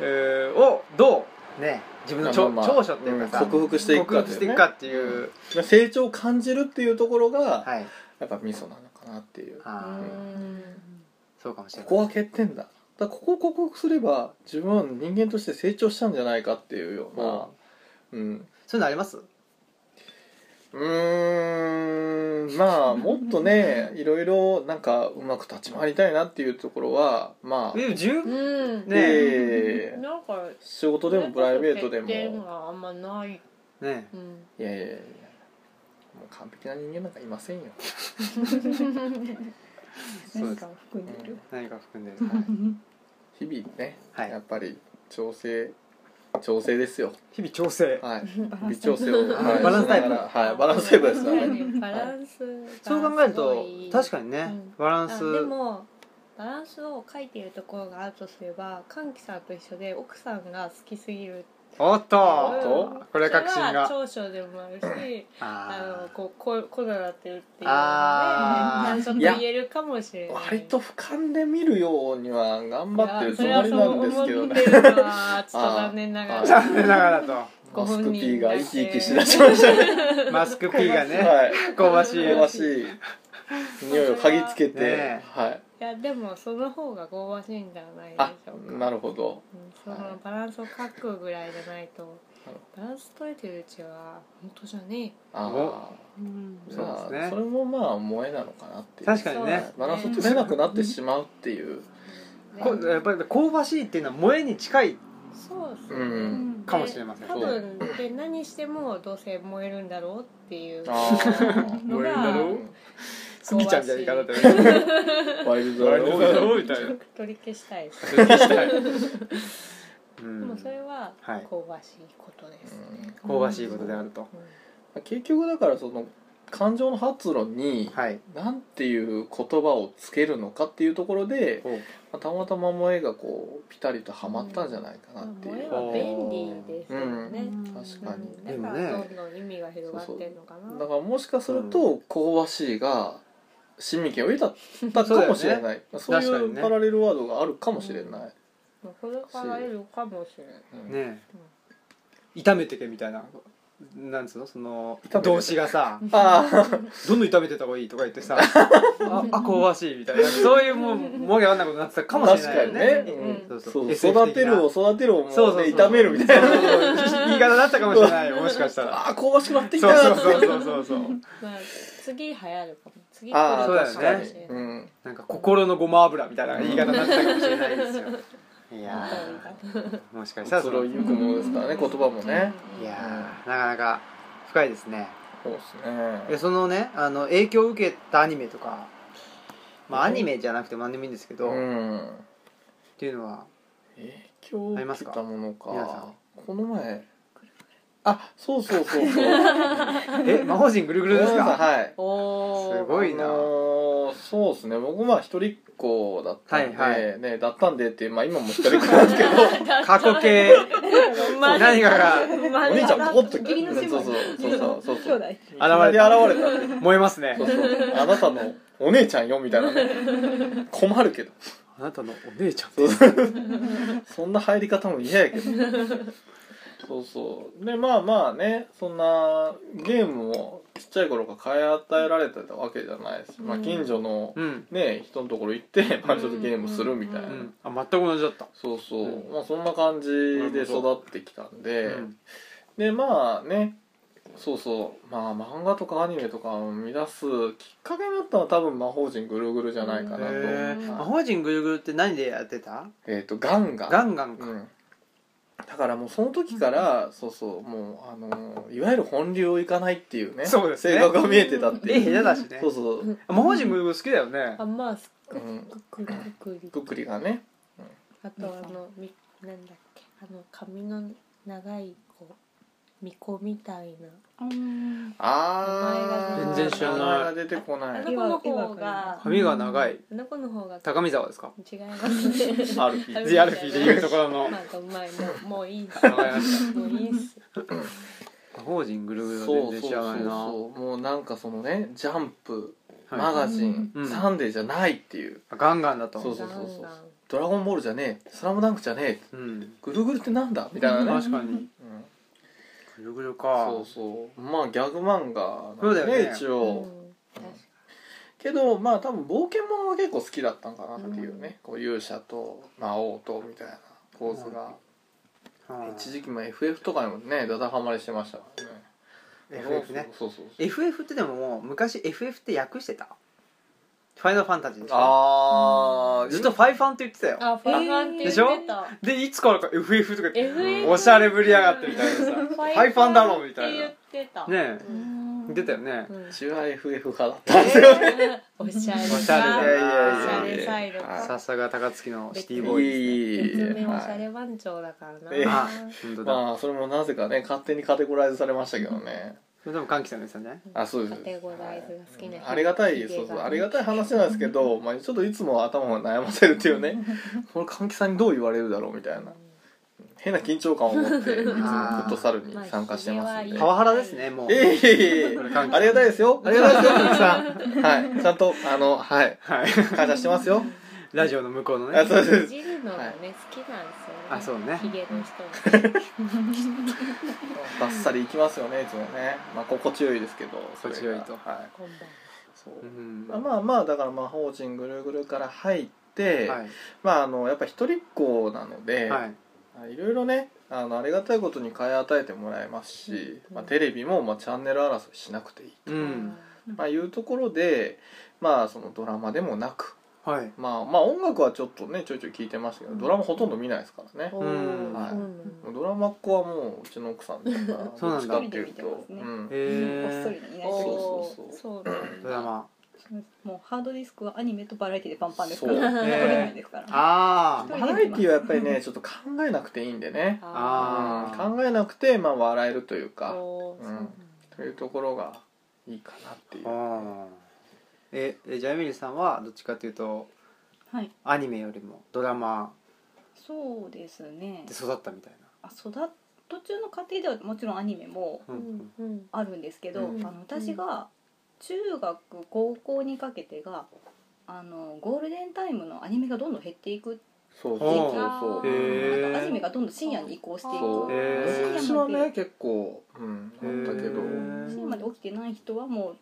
[SPEAKER 1] えーをどうね自分の長,、
[SPEAKER 2] まあまあ
[SPEAKER 1] 長所っていうかさ、
[SPEAKER 2] ん克服していくか
[SPEAKER 1] 克服していくかっていう、
[SPEAKER 2] 成長を感じるっていうところが、
[SPEAKER 1] はい
[SPEAKER 2] やっぱミソなのかなっていうこ
[SPEAKER 3] う
[SPEAKER 1] あー
[SPEAKER 3] ん
[SPEAKER 1] そうかもしれない
[SPEAKER 2] こは欠点だだからここを克服すれば自分は人間として成長したんじゃないかっていうようなうん
[SPEAKER 1] そういうのあります
[SPEAKER 2] うーんまあもっとねいろいろなんかうまく立ち回りたいなっていうところはまあ、
[SPEAKER 1] でも十分
[SPEAKER 3] うん
[SPEAKER 1] ね
[SPEAKER 2] えー
[SPEAKER 3] なんか
[SPEAKER 2] 仕事でもプライベートでもいやいや
[SPEAKER 3] 欠
[SPEAKER 2] い
[SPEAKER 3] 点があんまない、
[SPEAKER 1] ね
[SPEAKER 3] うん、
[SPEAKER 2] やいやもう完璧な人間なんかいませんよ
[SPEAKER 1] そうで
[SPEAKER 4] 何
[SPEAKER 1] す
[SPEAKER 4] かを含んでいる
[SPEAKER 1] 何か含んでる
[SPEAKER 3] [LAUGHS]
[SPEAKER 2] 日々ね、
[SPEAKER 1] はい
[SPEAKER 2] やっぱり調整調整ですよ
[SPEAKER 1] 日々調整
[SPEAKER 2] はい
[SPEAKER 4] バラン
[SPEAKER 2] 微
[SPEAKER 4] ス
[SPEAKER 2] 調
[SPEAKER 4] タイプ
[SPEAKER 2] 整を、はい、
[SPEAKER 1] バランスタイプ
[SPEAKER 2] しながらはいバランスタイプですよね
[SPEAKER 3] バランス
[SPEAKER 1] そう考えると確
[SPEAKER 3] か
[SPEAKER 1] かにね、
[SPEAKER 3] うん
[SPEAKER 1] バランス
[SPEAKER 3] でもバランスを書いているところがあるとすれば歓喜さんと一緒で奥さんが好きすぎる
[SPEAKER 1] おっ
[SPEAKER 2] あ
[SPEAKER 1] と、
[SPEAKER 2] と
[SPEAKER 3] うん
[SPEAKER 1] これ確信が
[SPEAKER 3] それは長所でもあるしあの
[SPEAKER 1] あ
[SPEAKER 3] こうこうこだなってるっていうの
[SPEAKER 1] あ
[SPEAKER 3] が
[SPEAKER 1] ー
[SPEAKER 3] ねちょっと言えるかもしれない
[SPEAKER 2] 割と俯瞰で見るようには頑張ってるつもりなんですけど
[SPEAKER 3] いや
[SPEAKER 2] ね
[SPEAKER 3] それはそう思ってるのはちょっと残念なが
[SPEAKER 1] ー
[SPEAKER 2] あー
[SPEAKER 3] ら
[SPEAKER 1] 残念ながらと
[SPEAKER 3] ご
[SPEAKER 2] マ
[SPEAKER 3] 本
[SPEAKER 2] ス
[SPEAKER 3] 人
[SPEAKER 2] ク P が
[SPEAKER 3] だけ
[SPEAKER 2] 生き生きしだしましたね
[SPEAKER 1] マスク P がね
[SPEAKER 2] はい
[SPEAKER 1] 香ばしい
[SPEAKER 2] 香ばしい匂いを嗅ぎつけて、
[SPEAKER 1] ねえ
[SPEAKER 2] はい
[SPEAKER 3] いやでもその方が香ばしいんじゃないで
[SPEAKER 2] あ
[SPEAKER 3] しょうか
[SPEAKER 2] なるほど
[SPEAKER 3] うんそのバランスを書くぐらいじゃないと
[SPEAKER 2] はい
[SPEAKER 3] バランス取れてるうちは本当じゃね
[SPEAKER 2] あ
[SPEAKER 4] うん
[SPEAKER 2] あ
[SPEAKER 1] そうですね
[SPEAKER 2] まあそれもまあ萌えなのかなっていう
[SPEAKER 1] 確かに
[SPEAKER 3] そう
[SPEAKER 1] ね
[SPEAKER 3] です
[SPEAKER 2] バランスを取れなくなってしまうっていう
[SPEAKER 3] え
[SPEAKER 1] こやっぱり香ばしいっていうのは萌えに近い
[SPEAKER 3] そうですね、
[SPEAKER 2] う
[SPEAKER 4] うんん
[SPEAKER 1] かもしれません
[SPEAKER 3] 多分で何してもどうせ燃えるんだろうっていう
[SPEAKER 2] ああ
[SPEAKER 3] [LAUGHS] の
[SPEAKER 1] 燃えるんだ
[SPEAKER 3] が
[SPEAKER 1] ろうスギちゃんみたいな言い方だ
[SPEAKER 3] 香ばし
[SPEAKER 1] よね
[SPEAKER 2] ワイルドだ
[SPEAKER 1] 割
[SPEAKER 2] ろ
[SPEAKER 1] と
[SPEAKER 2] う
[SPEAKER 1] だろうみたいな
[SPEAKER 3] 取り消したいです、
[SPEAKER 1] う
[SPEAKER 3] で
[SPEAKER 1] ん
[SPEAKER 3] もそれは香
[SPEAKER 1] はい
[SPEAKER 3] ばしいことですね、
[SPEAKER 1] 香ばしいことであると
[SPEAKER 3] うん
[SPEAKER 2] 結局だからその感情の発露に
[SPEAKER 1] はい
[SPEAKER 2] なんていう言葉をつけるのかっていうところで、
[SPEAKER 1] おう
[SPEAKER 2] まあたまたま萌えがこうピタリとはまったんじゃないかなって
[SPEAKER 3] 萌
[SPEAKER 2] い
[SPEAKER 3] え
[SPEAKER 2] う、
[SPEAKER 3] は便利ですよね、
[SPEAKER 2] 確かに
[SPEAKER 3] う
[SPEAKER 1] で
[SPEAKER 3] ん
[SPEAKER 1] も
[SPEAKER 3] だか
[SPEAKER 1] ね
[SPEAKER 3] らどんどん意味が広がってんのかな
[SPEAKER 2] だからもしかすると香ばしいが市民権を得たったかもしれないそう,、
[SPEAKER 1] 確か
[SPEAKER 2] い
[SPEAKER 1] に
[SPEAKER 2] う
[SPEAKER 1] ね
[SPEAKER 2] パラレルワードがあるかもしれない、
[SPEAKER 3] まあこれから得るかもしれない
[SPEAKER 2] うん
[SPEAKER 1] ねえ炒めてけみたいななんつうのその
[SPEAKER 2] 炒めてけ
[SPEAKER 1] 動詞が
[SPEAKER 2] [LAUGHS]
[SPEAKER 1] さ
[SPEAKER 2] ああ
[SPEAKER 1] どんどん炒めてた方がいいとか言って
[SPEAKER 2] [LAUGHS]
[SPEAKER 1] さああ香ばしいみたいなそういうもうもげわかんなことになってたかもしれないよね
[SPEAKER 2] 確かにね、うん
[SPEAKER 1] そう
[SPEAKER 2] そ
[SPEAKER 1] そうう
[SPEAKER 2] 育てるを
[SPEAKER 1] SF
[SPEAKER 2] 育てるをもう、ね、
[SPEAKER 1] そうそうそう
[SPEAKER 2] 炒めるみたいな
[SPEAKER 1] 的な言い方だったかもしれないよもしかしたら
[SPEAKER 2] [LAUGHS] ああ香ばしくな [LAUGHS] って
[SPEAKER 1] そう
[SPEAKER 2] きたな
[SPEAKER 1] そうそうそうそうそう
[SPEAKER 3] まあ次流行るかも次来
[SPEAKER 2] ああ
[SPEAKER 3] るかも
[SPEAKER 2] 確
[SPEAKER 3] し
[SPEAKER 1] そ
[SPEAKER 3] れ
[SPEAKER 2] か
[SPEAKER 3] な
[SPEAKER 2] に
[SPEAKER 3] いうし
[SPEAKER 2] う
[SPEAKER 3] み
[SPEAKER 2] ん
[SPEAKER 1] なんか心のごま油みたいな言い方になってたかもしれないですよいや
[SPEAKER 3] たいな
[SPEAKER 1] ーもしかしたら
[SPEAKER 2] そ
[SPEAKER 1] そ
[SPEAKER 2] れを
[SPEAKER 1] の
[SPEAKER 2] 言
[SPEAKER 1] いう
[SPEAKER 2] くものですからね言葉もね
[SPEAKER 1] やーなかなか深いですね
[SPEAKER 2] そうですね
[SPEAKER 1] でそのねあの影響を受けたアニメとかまあアニメじゃなくても何でもいいんですけど、っ
[SPEAKER 2] うん
[SPEAKER 1] ていうのは
[SPEAKER 2] 影響を受けたものか
[SPEAKER 1] ありますか皆さ
[SPEAKER 2] この前あそうそ
[SPEAKER 1] [LAUGHS]
[SPEAKER 2] うそうそううん
[SPEAKER 1] え魔法陣ぐるぐるです
[SPEAKER 2] ごめんな
[SPEAKER 1] か
[SPEAKER 2] さいはい
[SPEAKER 3] おー
[SPEAKER 1] すごいな
[SPEAKER 2] あのーそうですね僕まあ一人っ子だったんで、
[SPEAKER 1] はい
[SPEAKER 2] ねだったんでってまあ今も一人っ子なん
[SPEAKER 1] [LAUGHS]
[SPEAKER 2] ですけど
[SPEAKER 1] 過去形
[SPEAKER 2] [LAUGHS]
[SPEAKER 3] 生まれた
[SPEAKER 1] 何かが
[SPEAKER 3] 生
[SPEAKER 2] お
[SPEAKER 3] まれ
[SPEAKER 2] 兄
[SPEAKER 3] た
[SPEAKER 2] ちゃんポコッと
[SPEAKER 1] [LAUGHS]
[SPEAKER 4] 義理の姉
[SPEAKER 2] そ
[SPEAKER 4] 妹
[SPEAKER 2] うそうそうそうそうそう
[SPEAKER 4] 兄弟
[SPEAKER 2] いき
[SPEAKER 1] た
[SPEAKER 2] なり現れたって
[SPEAKER 1] 燃えますね
[SPEAKER 2] そうそうあなたのお姉ちゃんよみたいなね困るけど
[SPEAKER 1] あなたのお姉ちゃん
[SPEAKER 2] そうそう
[SPEAKER 1] [LAUGHS]
[SPEAKER 2] そんな入り方も嫌やけどそうそうでまあまあねそんなゲームをちっちゃい頃から買い与えられてたわけじゃないです、まあ、
[SPEAKER 3] うん
[SPEAKER 2] 近所の
[SPEAKER 1] うん、
[SPEAKER 2] ね人のところ行って、まあ、ちょっとゲームするみたいな、
[SPEAKER 1] うん、あ全く同じだった
[SPEAKER 2] そうそう、
[SPEAKER 1] う
[SPEAKER 2] まあそんな感じで育ってきたんで、
[SPEAKER 1] うん
[SPEAKER 2] でまあねそうそうまあ漫画とかアニメとかを生み出すきっかけになったのは多分魔法陣ぐるぐるじゃないかな
[SPEAKER 1] へ
[SPEAKER 2] と、
[SPEAKER 1] え
[SPEAKER 3] うん
[SPEAKER 1] 魔法陣ぐるぐるって何でやってた
[SPEAKER 2] えっ、とガンガン
[SPEAKER 1] ガンガンか、
[SPEAKER 2] うん、だからもうその時から、そうそうもうあのーいわゆる本流をいかないっていうね
[SPEAKER 1] そうですね
[SPEAKER 2] 性格が見えてたって
[SPEAKER 1] え
[SPEAKER 2] いう、
[SPEAKER 1] 下手だしね
[SPEAKER 2] そうそう、
[SPEAKER 1] 魔法陣ぐるぐる好きだよね
[SPEAKER 3] あまあす
[SPEAKER 2] うん、
[SPEAKER 3] くくくり
[SPEAKER 2] ぷっくりがね
[SPEAKER 3] あとあのみなんだっけあの髪の長い子巫女みたいな
[SPEAKER 2] あー
[SPEAKER 1] 名前が全然知らない
[SPEAKER 2] 名前が出てこな
[SPEAKER 3] あ
[SPEAKER 2] い
[SPEAKER 3] の子の方が
[SPEAKER 1] 髪が長い
[SPEAKER 3] あの子の方が
[SPEAKER 1] 高見沢ですか
[SPEAKER 3] 違います
[SPEAKER 1] [LAUGHS]
[SPEAKER 3] ね
[SPEAKER 2] ある日
[SPEAKER 3] ある
[SPEAKER 1] ジアルフィーでいうところの
[SPEAKER 3] なんかうまいもうもういいっす
[SPEAKER 1] わかりま
[SPEAKER 3] もういいっす
[SPEAKER 1] 魔法陣ぐるぐるは
[SPEAKER 2] そう
[SPEAKER 1] 全然
[SPEAKER 2] そうそう
[SPEAKER 1] 知らないな
[SPEAKER 2] そうもうなんかそのねジャンプ
[SPEAKER 1] はい
[SPEAKER 2] マガジン、
[SPEAKER 1] うん
[SPEAKER 2] サンデーじゃないっていう
[SPEAKER 1] ガンガンだと
[SPEAKER 2] そうそうそうそう
[SPEAKER 3] ガンガン
[SPEAKER 2] ドラゴンボールじゃねえスラムダンクじゃねえ
[SPEAKER 1] うん、
[SPEAKER 2] ぐるぐるってなんだみたいなね、
[SPEAKER 1] 確かに
[SPEAKER 2] うん
[SPEAKER 1] ぐるぐるか
[SPEAKER 2] そうそうまあギャグ漫画
[SPEAKER 1] そうだよね
[SPEAKER 2] 一
[SPEAKER 3] う
[SPEAKER 2] 応、
[SPEAKER 3] ん確か
[SPEAKER 2] けどまあ多分冒険ものが結構好きだったんかなっていうね、こう勇者と魔王とみたいな構図が、
[SPEAKER 1] うん
[SPEAKER 2] 一時期も FF とかにもねダダハマりしてましたからね
[SPEAKER 1] FF ね
[SPEAKER 2] そうそうそうそう
[SPEAKER 1] FF ってでももう昔 FF って訳してたファイナルファンタジーでしょ
[SPEAKER 2] あー
[SPEAKER 1] ずっとファイファンって言ってたよ
[SPEAKER 3] あファイファンって言
[SPEAKER 1] で
[SPEAKER 3] っ
[SPEAKER 1] しょ
[SPEAKER 3] てた
[SPEAKER 1] でいつからか FF とか言って
[SPEAKER 3] FF
[SPEAKER 1] おしゃれぶりやがってみたいなさファイファンだろみたいな
[SPEAKER 3] って言ってた
[SPEAKER 1] ねえ出た
[SPEAKER 4] よ
[SPEAKER 1] よね [LAUGHS]
[SPEAKER 3] うん
[SPEAKER 2] うちは FF 派だったんですよ、
[SPEAKER 3] おしゃれ
[SPEAKER 1] おしゃれで
[SPEAKER 3] おしゃれサイド
[SPEAKER 2] はい
[SPEAKER 1] さすが高槻のシティボ
[SPEAKER 2] い
[SPEAKER 1] ーイ
[SPEAKER 2] いいいい
[SPEAKER 3] 別名おしゃ
[SPEAKER 2] は
[SPEAKER 3] れ番長だからな、
[SPEAKER 2] ええ
[SPEAKER 1] あ本当
[SPEAKER 2] い
[SPEAKER 1] だ、
[SPEAKER 2] まあそれもなぜかね勝手にカテゴライズされましたけどね
[SPEAKER 1] それでも歓喜さんですよね
[SPEAKER 2] あそうです
[SPEAKER 3] カテゴライズが好きな人
[SPEAKER 2] ありがたい
[SPEAKER 3] ヒゲが
[SPEAKER 2] そうそうありがたい話なんですけど、まあ、ちょっといつも頭を悩ませるっていうね [LAUGHS] これ換気さんにどう言われるだろうみたいな変な緊張感を持っていつもフ [LAUGHS] ットサルに参加してますんで
[SPEAKER 3] ま
[SPEAKER 1] パ
[SPEAKER 3] あ
[SPEAKER 1] ワハラですねもう、
[SPEAKER 2] えいえいえいえ
[SPEAKER 1] これ歓喜さん
[SPEAKER 2] ありがたいですよありがたいですよ換気さんはいちゃんとあのはい
[SPEAKER 1] はい
[SPEAKER 2] 感謝してますよ
[SPEAKER 1] ラジオの向こうのね
[SPEAKER 2] あそうで
[SPEAKER 3] い
[SPEAKER 2] す
[SPEAKER 3] じるのがね、
[SPEAKER 2] はい
[SPEAKER 3] 好きなんですよね
[SPEAKER 1] あそうね
[SPEAKER 3] ヒゲの人も
[SPEAKER 2] バッサリいきますよねいつもねまあ心地よいですけど
[SPEAKER 1] 心地よいと
[SPEAKER 2] それがはい
[SPEAKER 3] こんばんは
[SPEAKER 2] そう
[SPEAKER 1] うん
[SPEAKER 2] まあまあまあだから魔法陣ぐるぐるから入って、
[SPEAKER 1] はい
[SPEAKER 2] まああのやっぱ一人っ子なので、
[SPEAKER 1] はい
[SPEAKER 2] あいろいろねあのありがたいことに買い与えてもらえますし、まあ、テレビも、まあ、チャンネル争いしなくていい、
[SPEAKER 1] うん
[SPEAKER 2] まあ、いうところで、まあ、そのドラマでもなく、
[SPEAKER 1] はい
[SPEAKER 2] まあ、まあ音楽はちょっとねちょいちょい聞いてましたけどドラマほとんど見ないですからね
[SPEAKER 3] おー
[SPEAKER 1] うん
[SPEAKER 2] はい
[SPEAKER 3] そうな
[SPEAKER 2] もうドラマっ子はもううちの奥さんだから
[SPEAKER 1] そうなんだ
[SPEAKER 2] どっちかっていう
[SPEAKER 4] 一人で見てま
[SPEAKER 2] と、
[SPEAKER 4] すね
[SPEAKER 2] うん
[SPEAKER 1] へ
[SPEAKER 4] こっそり
[SPEAKER 1] え
[SPEAKER 4] ねいない
[SPEAKER 3] の
[SPEAKER 2] そう
[SPEAKER 4] と
[SPEAKER 2] おそうそうそう
[SPEAKER 3] そうなんだ
[SPEAKER 1] ドラマ
[SPEAKER 4] もうハードディスクはアニメとバラエティでパンパンですから
[SPEAKER 2] そう
[SPEAKER 4] 取
[SPEAKER 1] ね
[SPEAKER 4] れないですから
[SPEAKER 1] あ
[SPEAKER 2] バラエティはやっぱりねちょっと考えなくていいんでね、
[SPEAKER 1] あー
[SPEAKER 2] うん考えなくて、まあ、笑えるという
[SPEAKER 3] ー
[SPEAKER 2] か
[SPEAKER 3] おーそうなんだ
[SPEAKER 2] というところがいいかなっていう
[SPEAKER 1] ああええじゃあエミリーさんはどっちかというと
[SPEAKER 4] はい
[SPEAKER 1] アニメよりもドラマ
[SPEAKER 4] そうですね
[SPEAKER 1] で育ったみたい
[SPEAKER 4] あ育っ途中の過程ではもちろんアニメも
[SPEAKER 1] な、うん
[SPEAKER 3] うん
[SPEAKER 4] あるんですけど、
[SPEAKER 1] うん
[SPEAKER 4] あの私が中学高校にかけてがあのゴールデンタイムのアニメがどんどん減っていく
[SPEAKER 2] そう
[SPEAKER 1] あ
[SPEAKER 2] そう
[SPEAKER 1] ー
[SPEAKER 2] そう
[SPEAKER 1] へ
[SPEAKER 2] そ
[SPEAKER 1] ー
[SPEAKER 2] う
[SPEAKER 4] なんかアニメがどんどん深夜に移行してい
[SPEAKER 2] そう
[SPEAKER 4] く
[SPEAKER 1] へー
[SPEAKER 2] 昔はね結構、うん、
[SPEAKER 1] へー
[SPEAKER 2] あったけど
[SPEAKER 4] 深夜まで起きてない人はも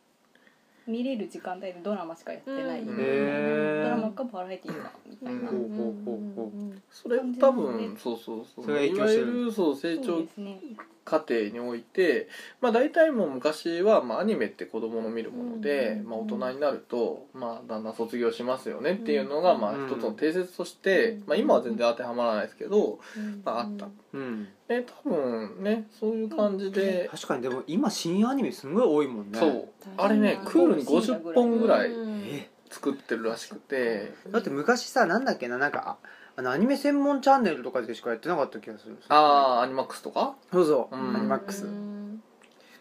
[SPEAKER 4] う見れる時間帯でドラマしかやってない、
[SPEAKER 3] うん
[SPEAKER 1] へー
[SPEAKER 4] ドラマかバラエティーかみたい
[SPEAKER 1] ほ
[SPEAKER 4] な、
[SPEAKER 1] うほうほうほう
[SPEAKER 2] それも多分そうそうそう
[SPEAKER 1] それが影
[SPEAKER 2] い
[SPEAKER 1] 響
[SPEAKER 2] わ
[SPEAKER 1] して
[SPEAKER 2] ゆ
[SPEAKER 1] る
[SPEAKER 2] るそう成
[SPEAKER 4] そう
[SPEAKER 2] 長
[SPEAKER 4] ですね
[SPEAKER 2] 過程において、まあ、大体もう昔は、まあ、アニメって子供の見るもので、
[SPEAKER 4] うん
[SPEAKER 2] まあ、大人になると、まあ、だんだん卒業しますよねっていうのが、
[SPEAKER 3] うん
[SPEAKER 2] まあ、一つの定説として、
[SPEAKER 3] うん
[SPEAKER 2] まあ、今は全然当てはまらないですけど、
[SPEAKER 3] うん
[SPEAKER 2] まあ、あった。
[SPEAKER 1] うん、
[SPEAKER 2] ね、多分ねそういう感じで、
[SPEAKER 1] 確かにでも今新アニメすんごい多いもんね
[SPEAKER 2] そうあれね
[SPEAKER 4] うん
[SPEAKER 2] クールに50本ぐらい
[SPEAKER 3] うん
[SPEAKER 1] え
[SPEAKER 2] 作ってるらしくて、
[SPEAKER 1] だって昔さなんだっけななんかああのアニメ専門チャンネルとかでしかやってなかった気がする
[SPEAKER 2] ああアニマックスとか
[SPEAKER 1] そうそう、
[SPEAKER 2] うん
[SPEAKER 1] アニマックス
[SPEAKER 3] うん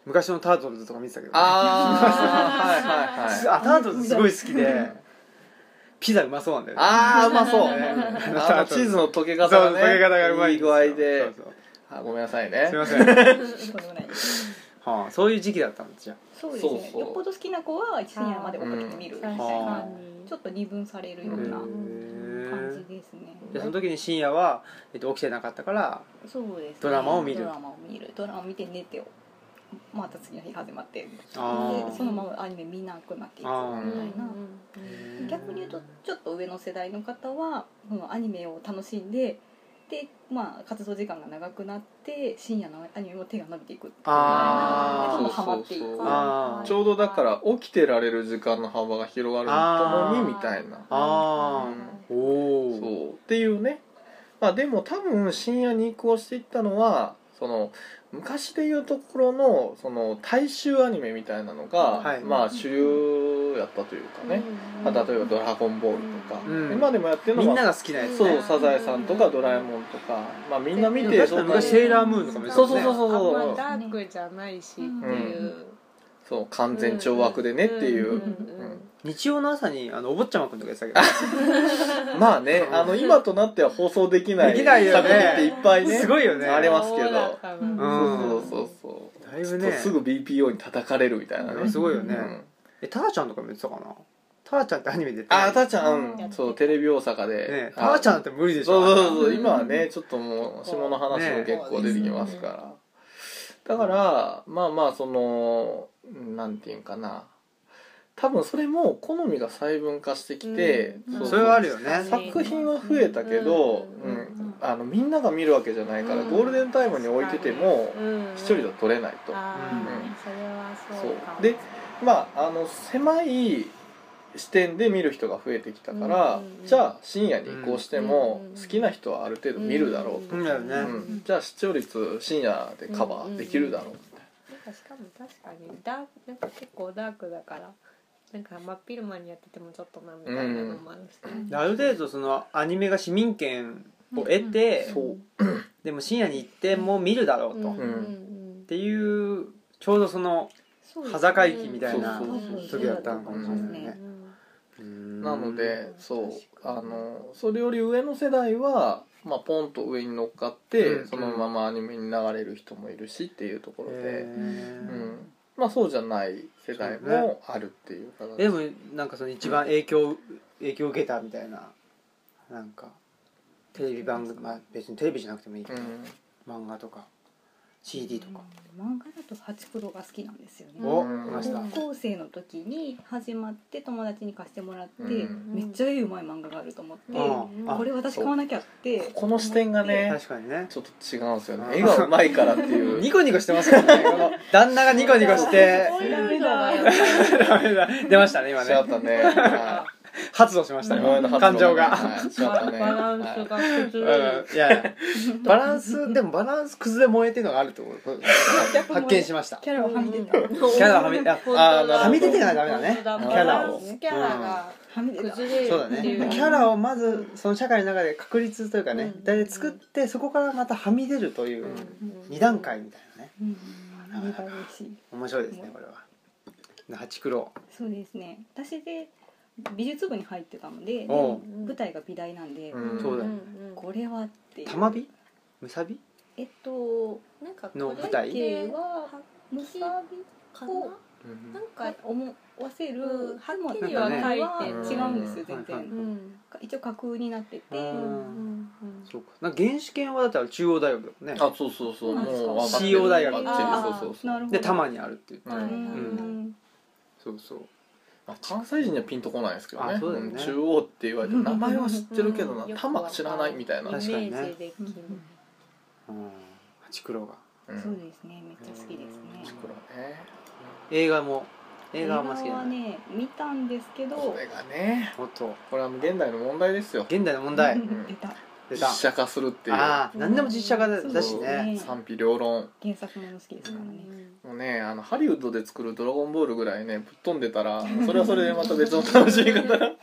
[SPEAKER 1] 昔のタートルズとか見てたけど、
[SPEAKER 2] ああはいはいはい
[SPEAKER 1] あタートルズすごい好きで [LAUGHS] ピザうまそうなんだよね
[SPEAKER 2] [LAUGHS] ああうまそう
[SPEAKER 1] [LAUGHS] うん
[SPEAKER 2] あのチーズの溶け方
[SPEAKER 1] そうそ
[SPEAKER 2] が
[SPEAKER 1] う
[SPEAKER 2] ね
[SPEAKER 1] かけ方がうまい
[SPEAKER 2] い
[SPEAKER 1] んす
[SPEAKER 2] 具
[SPEAKER 1] よ
[SPEAKER 2] 合で
[SPEAKER 1] そうそう
[SPEAKER 2] あごめんなさいね
[SPEAKER 1] すいません、
[SPEAKER 4] とんでもない
[SPEAKER 1] はあ、そういう時期だったんですじゃ
[SPEAKER 4] そうですね
[SPEAKER 2] そうそう
[SPEAKER 4] よっぽど好きな子は深夜まで追っかけて見るみた
[SPEAKER 3] 確
[SPEAKER 4] いな、
[SPEAKER 1] は
[SPEAKER 3] か
[SPEAKER 1] あ
[SPEAKER 3] に
[SPEAKER 4] ちょっと二分されるような感じですね、
[SPEAKER 1] じゃあその時に深夜は、えっと、起きてなかったから
[SPEAKER 4] そうです、ね、
[SPEAKER 1] ドラマを見る
[SPEAKER 4] ドラマを見るドラマを見て寝てまた次の日始まってで
[SPEAKER 1] あ
[SPEAKER 3] ー
[SPEAKER 4] そのままアニメ見なくなっていくみ
[SPEAKER 1] あー
[SPEAKER 4] たいな
[SPEAKER 1] ー
[SPEAKER 4] 逆に言うとちょっと上の世代の方はもうアニメを楽しんででまあ活動時間が長くなって深夜のアニメも手が伸びていく
[SPEAKER 1] あー
[SPEAKER 4] でどんどんハマっていく
[SPEAKER 2] そうそうそう
[SPEAKER 1] あー
[SPEAKER 2] ちょうどだから起きてられる時間の幅が広がるともにみたいな
[SPEAKER 1] あーおお
[SPEAKER 2] そうっていうねまあでも多分深夜に移行していったのはその昔でいうところのその大衆アニメみたいなのが、
[SPEAKER 1] はい
[SPEAKER 2] まあ主流やったというかね、まあ、例えば「ドラゴンボール」とか、
[SPEAKER 1] うん
[SPEAKER 2] 今でもやってる
[SPEAKER 1] み
[SPEAKER 2] の
[SPEAKER 1] んな
[SPEAKER 2] が
[SPEAKER 1] が好きなやつ
[SPEAKER 2] そ
[SPEAKER 1] ね
[SPEAKER 2] う「サザエさん」とか「ドラえもん」とか、まあ、みんな見
[SPEAKER 1] でも
[SPEAKER 2] て
[SPEAKER 1] 確かに
[SPEAKER 2] そう
[SPEAKER 1] 昔セーラームーンとかもやって
[SPEAKER 2] そ
[SPEAKER 1] た
[SPEAKER 2] う
[SPEAKER 1] ね
[SPEAKER 2] そうそうそう
[SPEAKER 3] あん
[SPEAKER 2] そ
[SPEAKER 3] ま
[SPEAKER 2] う
[SPEAKER 3] ダークじゃないしっていう、
[SPEAKER 2] そう完全懲悪でねっていう、
[SPEAKER 3] うん
[SPEAKER 1] 日曜の朝にあのお坊ちゃまくんとかやってたけど
[SPEAKER 2] まあねあの今となっては放送できない
[SPEAKER 1] できないよね
[SPEAKER 2] 作品っていっぱいね
[SPEAKER 1] すごいよね
[SPEAKER 2] ありますけ
[SPEAKER 3] そうだ
[SPEAKER 2] ど
[SPEAKER 3] っ。た
[SPEAKER 4] うん
[SPEAKER 3] な
[SPEAKER 2] そうそうそうそう
[SPEAKER 1] だいぶね
[SPEAKER 2] すぐ BPO に叩かれるみたいなね
[SPEAKER 1] すごいよね、
[SPEAKER 2] うん
[SPEAKER 1] えターちゃんとかも言ってたかなターちゃんってアニメで
[SPEAKER 2] あーたー
[SPEAKER 1] ち
[SPEAKER 2] ちゃん、
[SPEAKER 3] うん
[SPEAKER 2] そうテレビ大阪で、
[SPEAKER 1] ゃねタ
[SPEAKER 2] あ
[SPEAKER 1] ーちゃんって無理でし
[SPEAKER 2] そ
[SPEAKER 1] ょ
[SPEAKER 2] うそうそう
[SPEAKER 3] うん
[SPEAKER 2] 今はねちょっともう下の話も結構出てきますから、だからまあまあそのなんていうんかな多分それも好みが細分化してきて、
[SPEAKER 3] うん
[SPEAKER 1] それはあるよ
[SPEAKER 3] 確か
[SPEAKER 1] ね
[SPEAKER 3] に
[SPEAKER 2] 作品は増えたけど、
[SPEAKER 3] う
[SPEAKER 2] うんんあのみんなが見るわけじゃないから、
[SPEAKER 3] うん
[SPEAKER 2] ゴールデンタイムに置いてても
[SPEAKER 3] うん
[SPEAKER 2] 一人じゃ撮れないと、
[SPEAKER 3] あー
[SPEAKER 2] うん
[SPEAKER 3] それは
[SPEAKER 2] そ
[SPEAKER 3] そうかも
[SPEAKER 2] うでまああの狭い視点で見る人が増えてきたから、
[SPEAKER 3] うんうんうん
[SPEAKER 2] じゃあ深夜に移行しても
[SPEAKER 3] うんうんうん
[SPEAKER 2] 好きな人はある程度見るだろうと、
[SPEAKER 1] うんだよね
[SPEAKER 2] うんじゃあ視聴率深夜でカバーできるだろうみ
[SPEAKER 3] なんかしかも確かにダークなんか結構ダークだからなんか真っ昼間にやっててもちょっとなみたいなのもあるし、
[SPEAKER 1] である程度そのアニメが市民権を得て、
[SPEAKER 2] たいな、そう
[SPEAKER 1] でも深夜に行っても見るだろうと、
[SPEAKER 3] うん
[SPEAKER 1] っ
[SPEAKER 3] うん
[SPEAKER 1] ていうちょうどその
[SPEAKER 4] そうです
[SPEAKER 1] 端境期みたいな
[SPEAKER 4] そうそうそう
[SPEAKER 1] 時だったのかもしれ
[SPEAKER 4] そ
[SPEAKER 1] な
[SPEAKER 4] うだと思
[SPEAKER 1] い
[SPEAKER 4] います
[SPEAKER 1] ね
[SPEAKER 4] ね
[SPEAKER 2] なので
[SPEAKER 4] うん
[SPEAKER 2] そう
[SPEAKER 4] 確かに
[SPEAKER 2] あのそれより上の世代は、まあ、ポンと上に乗っかって、
[SPEAKER 1] うん
[SPEAKER 2] そのままアニメに流れる人もいるしっていうところで、
[SPEAKER 1] え
[SPEAKER 2] う
[SPEAKER 1] ー
[SPEAKER 2] ん、まあそうじゃない世代もあるっていう形
[SPEAKER 1] でもなんかその一番影響影響を受けたみたいななんかテレビ番組まあ別にテレビじゃなくてもいいけ
[SPEAKER 2] う
[SPEAKER 1] ど、
[SPEAKER 2] ん
[SPEAKER 1] 漫画とか CD とか、
[SPEAKER 4] 漫画だとハチクロが好きなんですよね
[SPEAKER 3] うん
[SPEAKER 1] お
[SPEAKER 2] うん
[SPEAKER 1] いました、
[SPEAKER 3] うん
[SPEAKER 4] 高校生の時に始まって友達に貸してもらって、
[SPEAKER 2] うん
[SPEAKER 4] めっちゃうまい漫画があると思って、
[SPEAKER 1] うん
[SPEAKER 4] これ私買わなきゃって
[SPEAKER 2] この視点がね
[SPEAKER 1] 確かにね
[SPEAKER 2] ちょっと違うんですよ
[SPEAKER 1] う
[SPEAKER 2] ね
[SPEAKER 1] ん
[SPEAKER 2] 絵がうまいからってい
[SPEAKER 1] [LAUGHS]
[SPEAKER 2] う
[SPEAKER 1] ニコニコしてますからねこの旦那がニコニコして
[SPEAKER 3] そういうの
[SPEAKER 1] ダメだ [LAUGHS] 出ましたね今
[SPEAKER 2] しちゃっ
[SPEAKER 1] ね
[SPEAKER 2] たね
[SPEAKER 1] [LAUGHS]
[SPEAKER 2] は
[SPEAKER 1] 発動しま
[SPEAKER 2] い
[SPEAKER 1] した
[SPEAKER 2] お前の
[SPEAKER 1] 今
[SPEAKER 2] 発音
[SPEAKER 1] 感情が、
[SPEAKER 2] はいしちゃったね
[SPEAKER 3] バランスが崩
[SPEAKER 1] うん、い
[SPEAKER 3] れる、
[SPEAKER 1] [LAUGHS] やい
[SPEAKER 3] [LAUGHS]
[SPEAKER 1] やバランスでもバランス崩れ萌えっていうのがあるってこと
[SPEAKER 3] [LAUGHS]
[SPEAKER 4] 逆
[SPEAKER 1] 発
[SPEAKER 4] も
[SPEAKER 1] 見しました
[SPEAKER 4] キャラをはみ出た、
[SPEAKER 3] うん
[SPEAKER 1] キャラはみあ
[SPEAKER 2] あーなるほど
[SPEAKER 1] はみ出てはダメだね
[SPEAKER 3] 本当だ
[SPEAKER 2] キ
[SPEAKER 1] ャラ
[SPEAKER 3] バ
[SPEAKER 1] を
[SPEAKER 3] ンスキャラが
[SPEAKER 4] はみ出た
[SPEAKER 3] 崩れる
[SPEAKER 1] そうだ
[SPEAKER 3] っていう
[SPEAKER 1] ねキャラをまずその社会の中で確立というかね
[SPEAKER 3] うん
[SPEAKER 1] 大体作ってそこからまたはみ出るという
[SPEAKER 2] うん
[SPEAKER 1] 2段階みたいなね
[SPEAKER 4] うん、あれが嬉しい
[SPEAKER 1] 面白いですねこれは八九郎
[SPEAKER 4] そうですね私で美術部に入ってたのでで
[SPEAKER 1] おう
[SPEAKER 4] も舞台が美大なんで、
[SPEAKER 2] うん
[SPEAKER 1] そうだよ
[SPEAKER 3] ん
[SPEAKER 4] これはっていう
[SPEAKER 1] 玉火むさび
[SPEAKER 4] えっと
[SPEAKER 3] なんか
[SPEAKER 1] の
[SPEAKER 3] これ
[SPEAKER 1] 舞台
[SPEAKER 4] 背景は
[SPEAKER 3] は
[SPEAKER 4] むさび
[SPEAKER 3] かな
[SPEAKER 4] こ
[SPEAKER 2] うん
[SPEAKER 3] なん
[SPEAKER 4] か
[SPEAKER 3] か
[SPEAKER 4] 思わせる、
[SPEAKER 3] うん
[SPEAKER 4] でも
[SPEAKER 3] はっき
[SPEAKER 1] りは
[SPEAKER 4] 中身
[SPEAKER 3] 書いてる
[SPEAKER 4] 違うんですよ全
[SPEAKER 1] うんはいはい
[SPEAKER 4] 然、
[SPEAKER 3] うん
[SPEAKER 4] 一応架空になってて、
[SPEAKER 1] うん
[SPEAKER 3] うん
[SPEAKER 1] そうかなんか原始圏はだったら中央大学だもんね
[SPEAKER 2] あそうそうそう
[SPEAKER 4] そうなんですか
[SPEAKER 2] もう分かってる
[SPEAKER 1] CO 大学
[SPEAKER 2] バッチリそうそうそう
[SPEAKER 4] なるほど
[SPEAKER 1] で玉にあるっていう
[SPEAKER 2] うん
[SPEAKER 4] うん
[SPEAKER 1] そうそう
[SPEAKER 2] まあ関西人にはピンとこないですけどね
[SPEAKER 1] あそうだよね
[SPEAKER 2] 中央って言われて
[SPEAKER 4] う
[SPEAKER 2] も
[SPEAKER 4] ん
[SPEAKER 2] 名前は知ってるけどな
[SPEAKER 3] うん
[SPEAKER 2] 多摩は知らないみたいな、
[SPEAKER 3] イメ
[SPEAKER 1] 確かにね
[SPEAKER 3] ージできない
[SPEAKER 1] うん八九郎が
[SPEAKER 2] うん
[SPEAKER 4] そうですねめっちゃ好きですね
[SPEAKER 2] 作ろうね
[SPEAKER 1] 映画も映画はあんま好きじゃ
[SPEAKER 4] は
[SPEAKER 1] ない
[SPEAKER 4] ね見たんですけど
[SPEAKER 2] これがね
[SPEAKER 1] おっと
[SPEAKER 2] これはもう現代の問題ですよ
[SPEAKER 1] 現代の問題
[SPEAKER 4] うん出た
[SPEAKER 1] 出
[SPEAKER 2] 実
[SPEAKER 1] た
[SPEAKER 2] 写化するっていう
[SPEAKER 1] ああ何でも実写化だ
[SPEAKER 4] そう
[SPEAKER 1] だしね
[SPEAKER 2] 賛否両論
[SPEAKER 4] 原作もの好きですからね、
[SPEAKER 2] もうねあのハリウッドで作る「ドラゴンボール」ぐらいねぶっ飛んでたらそれはそれでまた別の楽しみ
[SPEAKER 4] [LAUGHS]
[SPEAKER 2] 方が、
[SPEAKER 1] い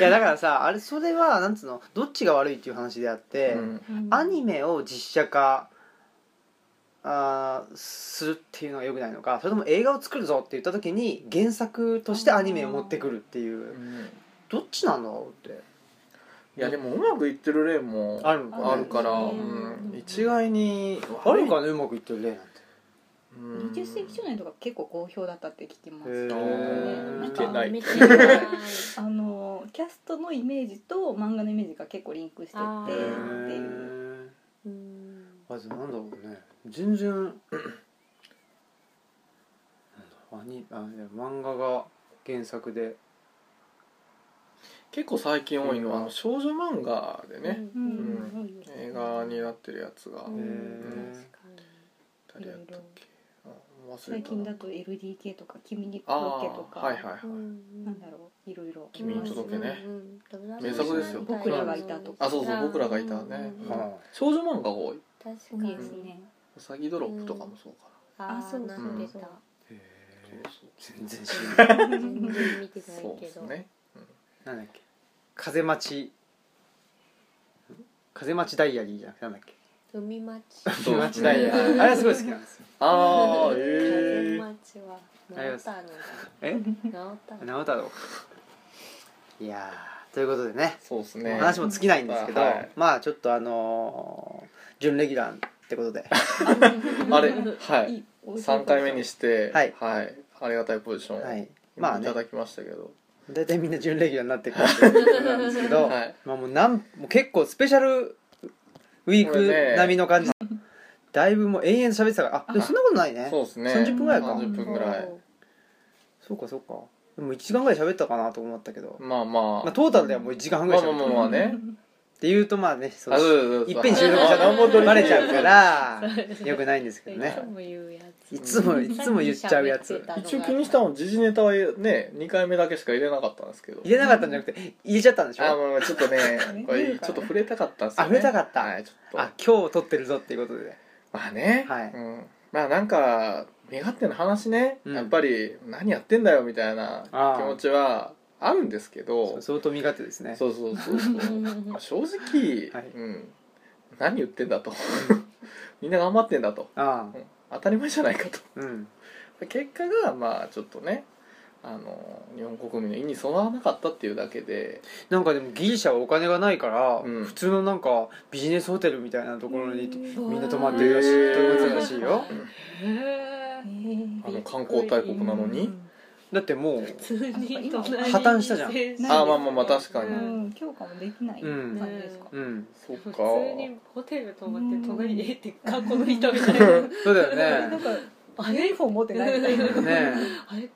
[SPEAKER 1] やだからさあれそれはなんつうのどっちが悪いっていう話であって、
[SPEAKER 2] うん
[SPEAKER 1] アニメを実写化あーするっていうのがよくないのかそれとも映画を作るぞって言った時に原作としてアニメを持ってくるっていうどっちなんだろうって
[SPEAKER 2] いやでもうまくいってる例も
[SPEAKER 1] あるのかね
[SPEAKER 2] あるから、
[SPEAKER 3] ある
[SPEAKER 2] う
[SPEAKER 3] ね
[SPEAKER 2] ん一概に
[SPEAKER 1] あるんかねうまくいってる例なんて
[SPEAKER 2] うん
[SPEAKER 4] 20世紀少年とか結構好評だったって聞きま
[SPEAKER 1] へ
[SPEAKER 4] す
[SPEAKER 1] ー
[SPEAKER 2] 見てない
[SPEAKER 3] 見てない
[SPEAKER 4] あのキャストのイメージと漫画のイメージが結構リンクしてて
[SPEAKER 3] あ
[SPEAKER 4] っ
[SPEAKER 1] へ
[SPEAKER 4] て
[SPEAKER 3] ー
[SPEAKER 4] いう
[SPEAKER 1] ー
[SPEAKER 3] うん
[SPEAKER 1] あとなんだろうね全然 [CLEARS THROAT] なんだろうアニあいや漫画が原作で
[SPEAKER 2] 結構最近多いのはあの少女漫画でね、
[SPEAKER 3] う
[SPEAKER 4] うんん
[SPEAKER 2] 映画になってるやつが
[SPEAKER 1] へ
[SPEAKER 3] う
[SPEAKER 1] ー
[SPEAKER 3] ん確かに
[SPEAKER 2] 誰やったっけあ忘れた
[SPEAKER 4] 最近だと LDK とか「君に届け」とか、
[SPEAKER 2] あーはいはいはい、
[SPEAKER 3] うん
[SPEAKER 4] なんだろういろいろ
[SPEAKER 2] 君に届けね
[SPEAKER 3] うんうん
[SPEAKER 2] 名作ですよ僕ら
[SPEAKER 4] がいたとか
[SPEAKER 2] あそうそう僕らがいたね、
[SPEAKER 3] うん
[SPEAKER 2] う
[SPEAKER 1] うんん
[SPEAKER 2] 少女漫画が多い
[SPEAKER 3] 確か
[SPEAKER 4] 多い
[SPEAKER 3] に
[SPEAKER 4] ですね、
[SPEAKER 2] うさぎドロップとかもそうか
[SPEAKER 3] あ
[SPEAKER 4] あ
[SPEAKER 3] そ
[SPEAKER 4] そうう
[SPEAKER 3] な
[SPEAKER 4] そうん
[SPEAKER 3] でた
[SPEAKER 1] へ
[SPEAKER 2] な、
[SPEAKER 1] ー
[SPEAKER 2] そう
[SPEAKER 1] 全然知らない
[SPEAKER 3] 全然見てない
[SPEAKER 2] そうそう
[SPEAKER 3] け
[SPEAKER 2] です
[SPEAKER 3] ど
[SPEAKER 2] ね
[SPEAKER 1] なんだっけ風待ちん風待ちダイアリーじゃなくてなんだっけ
[SPEAKER 3] 海町
[SPEAKER 2] そう
[SPEAKER 1] 風待ちダイアリーあれはすごい好きなんですよ
[SPEAKER 2] ああ
[SPEAKER 4] [LAUGHS]
[SPEAKER 3] 風
[SPEAKER 2] ええ
[SPEAKER 3] 町は直太郎
[SPEAKER 1] え
[SPEAKER 3] 直太郎
[SPEAKER 1] 直太郎いやーということでね
[SPEAKER 2] そうですね
[SPEAKER 1] 話も尽きないんですけど、
[SPEAKER 2] はい
[SPEAKER 1] まあちょっとあのー準レギュラーってことで
[SPEAKER 2] あれはい
[SPEAKER 4] い美味しい
[SPEAKER 2] 3回目にして
[SPEAKER 1] はい
[SPEAKER 2] ありがたいポジションを、
[SPEAKER 1] はいま
[SPEAKER 2] まあ
[SPEAKER 1] あ
[SPEAKER 2] い
[SPEAKER 1] ね
[SPEAKER 2] ただきましたけど、
[SPEAKER 1] 大体みんな準レギュラーになってくるっていうことなんですけど、
[SPEAKER 2] [LAUGHS] はい
[SPEAKER 1] まあもうなんもう結構スペシャルウィー
[SPEAKER 2] これね
[SPEAKER 1] ク並みの感じ、だいぶもう延々と喋ってたからあでもそんなことないね
[SPEAKER 2] そうですね
[SPEAKER 1] 30分ぐらいか
[SPEAKER 2] 30分ぐらい
[SPEAKER 1] そうかそうかでも1時間ぐらい喋ったかなと思ったけど、
[SPEAKER 2] まあまあ、
[SPEAKER 1] まあ、トータルではもう1時間半ぐ
[SPEAKER 2] ま
[SPEAKER 1] ら
[SPEAKER 2] あ
[SPEAKER 1] い
[SPEAKER 2] まあ
[SPEAKER 1] 喋っ
[SPEAKER 2] ま
[SPEAKER 1] た
[SPEAKER 2] あまあね
[SPEAKER 1] っていうとまあねその
[SPEAKER 2] あそうそうそう
[SPEAKER 1] いっぺんに収録しちゃ
[SPEAKER 2] あ何本
[SPEAKER 1] う
[SPEAKER 2] 撮
[SPEAKER 1] と
[SPEAKER 2] り
[SPEAKER 1] バレちゃうからよくないんですけど
[SPEAKER 3] い
[SPEAKER 1] ね
[SPEAKER 3] つも言うやつ
[SPEAKER 1] いつもいつも言っちゃうやつ
[SPEAKER 2] 一応気にしたの時事ネタはね2回目だけしか入れなかったんですけど
[SPEAKER 1] 入れなかったんじゃなくて入れちゃったんでし
[SPEAKER 2] あ
[SPEAKER 1] ょ
[SPEAKER 2] まあまあち
[SPEAKER 1] [LAUGHS]
[SPEAKER 2] ょっとね
[SPEAKER 4] ね
[SPEAKER 2] これちょっと触れたかったんです
[SPEAKER 1] あ
[SPEAKER 2] よ、ね、
[SPEAKER 1] 触れたかった
[SPEAKER 2] はいちょっと
[SPEAKER 1] あ今日撮ってるぞっていうことで
[SPEAKER 2] まあね、
[SPEAKER 1] はい
[SPEAKER 2] うん、まあなんか身勝手な話ね、
[SPEAKER 1] うん
[SPEAKER 2] やっぱり何やってんだよみたいな
[SPEAKER 1] あー
[SPEAKER 2] 気持ちはあるんですけ
[SPEAKER 1] そ
[SPEAKER 2] ど
[SPEAKER 1] う相当身勝手ですね
[SPEAKER 2] そうそうそうそうまあ正直、
[SPEAKER 1] はい
[SPEAKER 2] うん、何言ってんだと [LAUGHS] みんな頑張ってんだと、
[SPEAKER 1] あ
[SPEAKER 2] うん当たり前じゃないかと
[SPEAKER 1] あうん
[SPEAKER 2] 結果がまあちょっとねあの日本国民の意に沿わなかったっていうだけで
[SPEAKER 1] なんかでもギリシャはお金がないから、
[SPEAKER 2] うん
[SPEAKER 1] 普通のなんかビジネスホテルみたいなところに
[SPEAKER 3] うん
[SPEAKER 1] みんな泊まってるらしい
[SPEAKER 2] へー
[SPEAKER 1] 泊まってるらしいよ
[SPEAKER 3] へー
[SPEAKER 2] あの観光大国なのに、
[SPEAKER 1] だってもう
[SPEAKER 3] 普通に
[SPEAKER 4] 今
[SPEAKER 3] 隣に
[SPEAKER 1] 破綻したじゃん
[SPEAKER 3] 先生
[SPEAKER 2] あまあまあまあ確か
[SPEAKER 4] う
[SPEAKER 2] に、
[SPEAKER 4] ん、強化もできない感じですか、
[SPEAKER 1] うん
[SPEAKER 2] [LAUGHS] そっ
[SPEAKER 3] 普
[SPEAKER 2] か
[SPEAKER 3] 通にホテル泊まって隣にえって学校の人みたいな
[SPEAKER 1] そうだよ
[SPEAKER 4] な
[SPEAKER 1] ね
[SPEAKER 4] んかユニフォーム持ってないみたいな
[SPEAKER 1] ね
[SPEAKER 3] あれ今日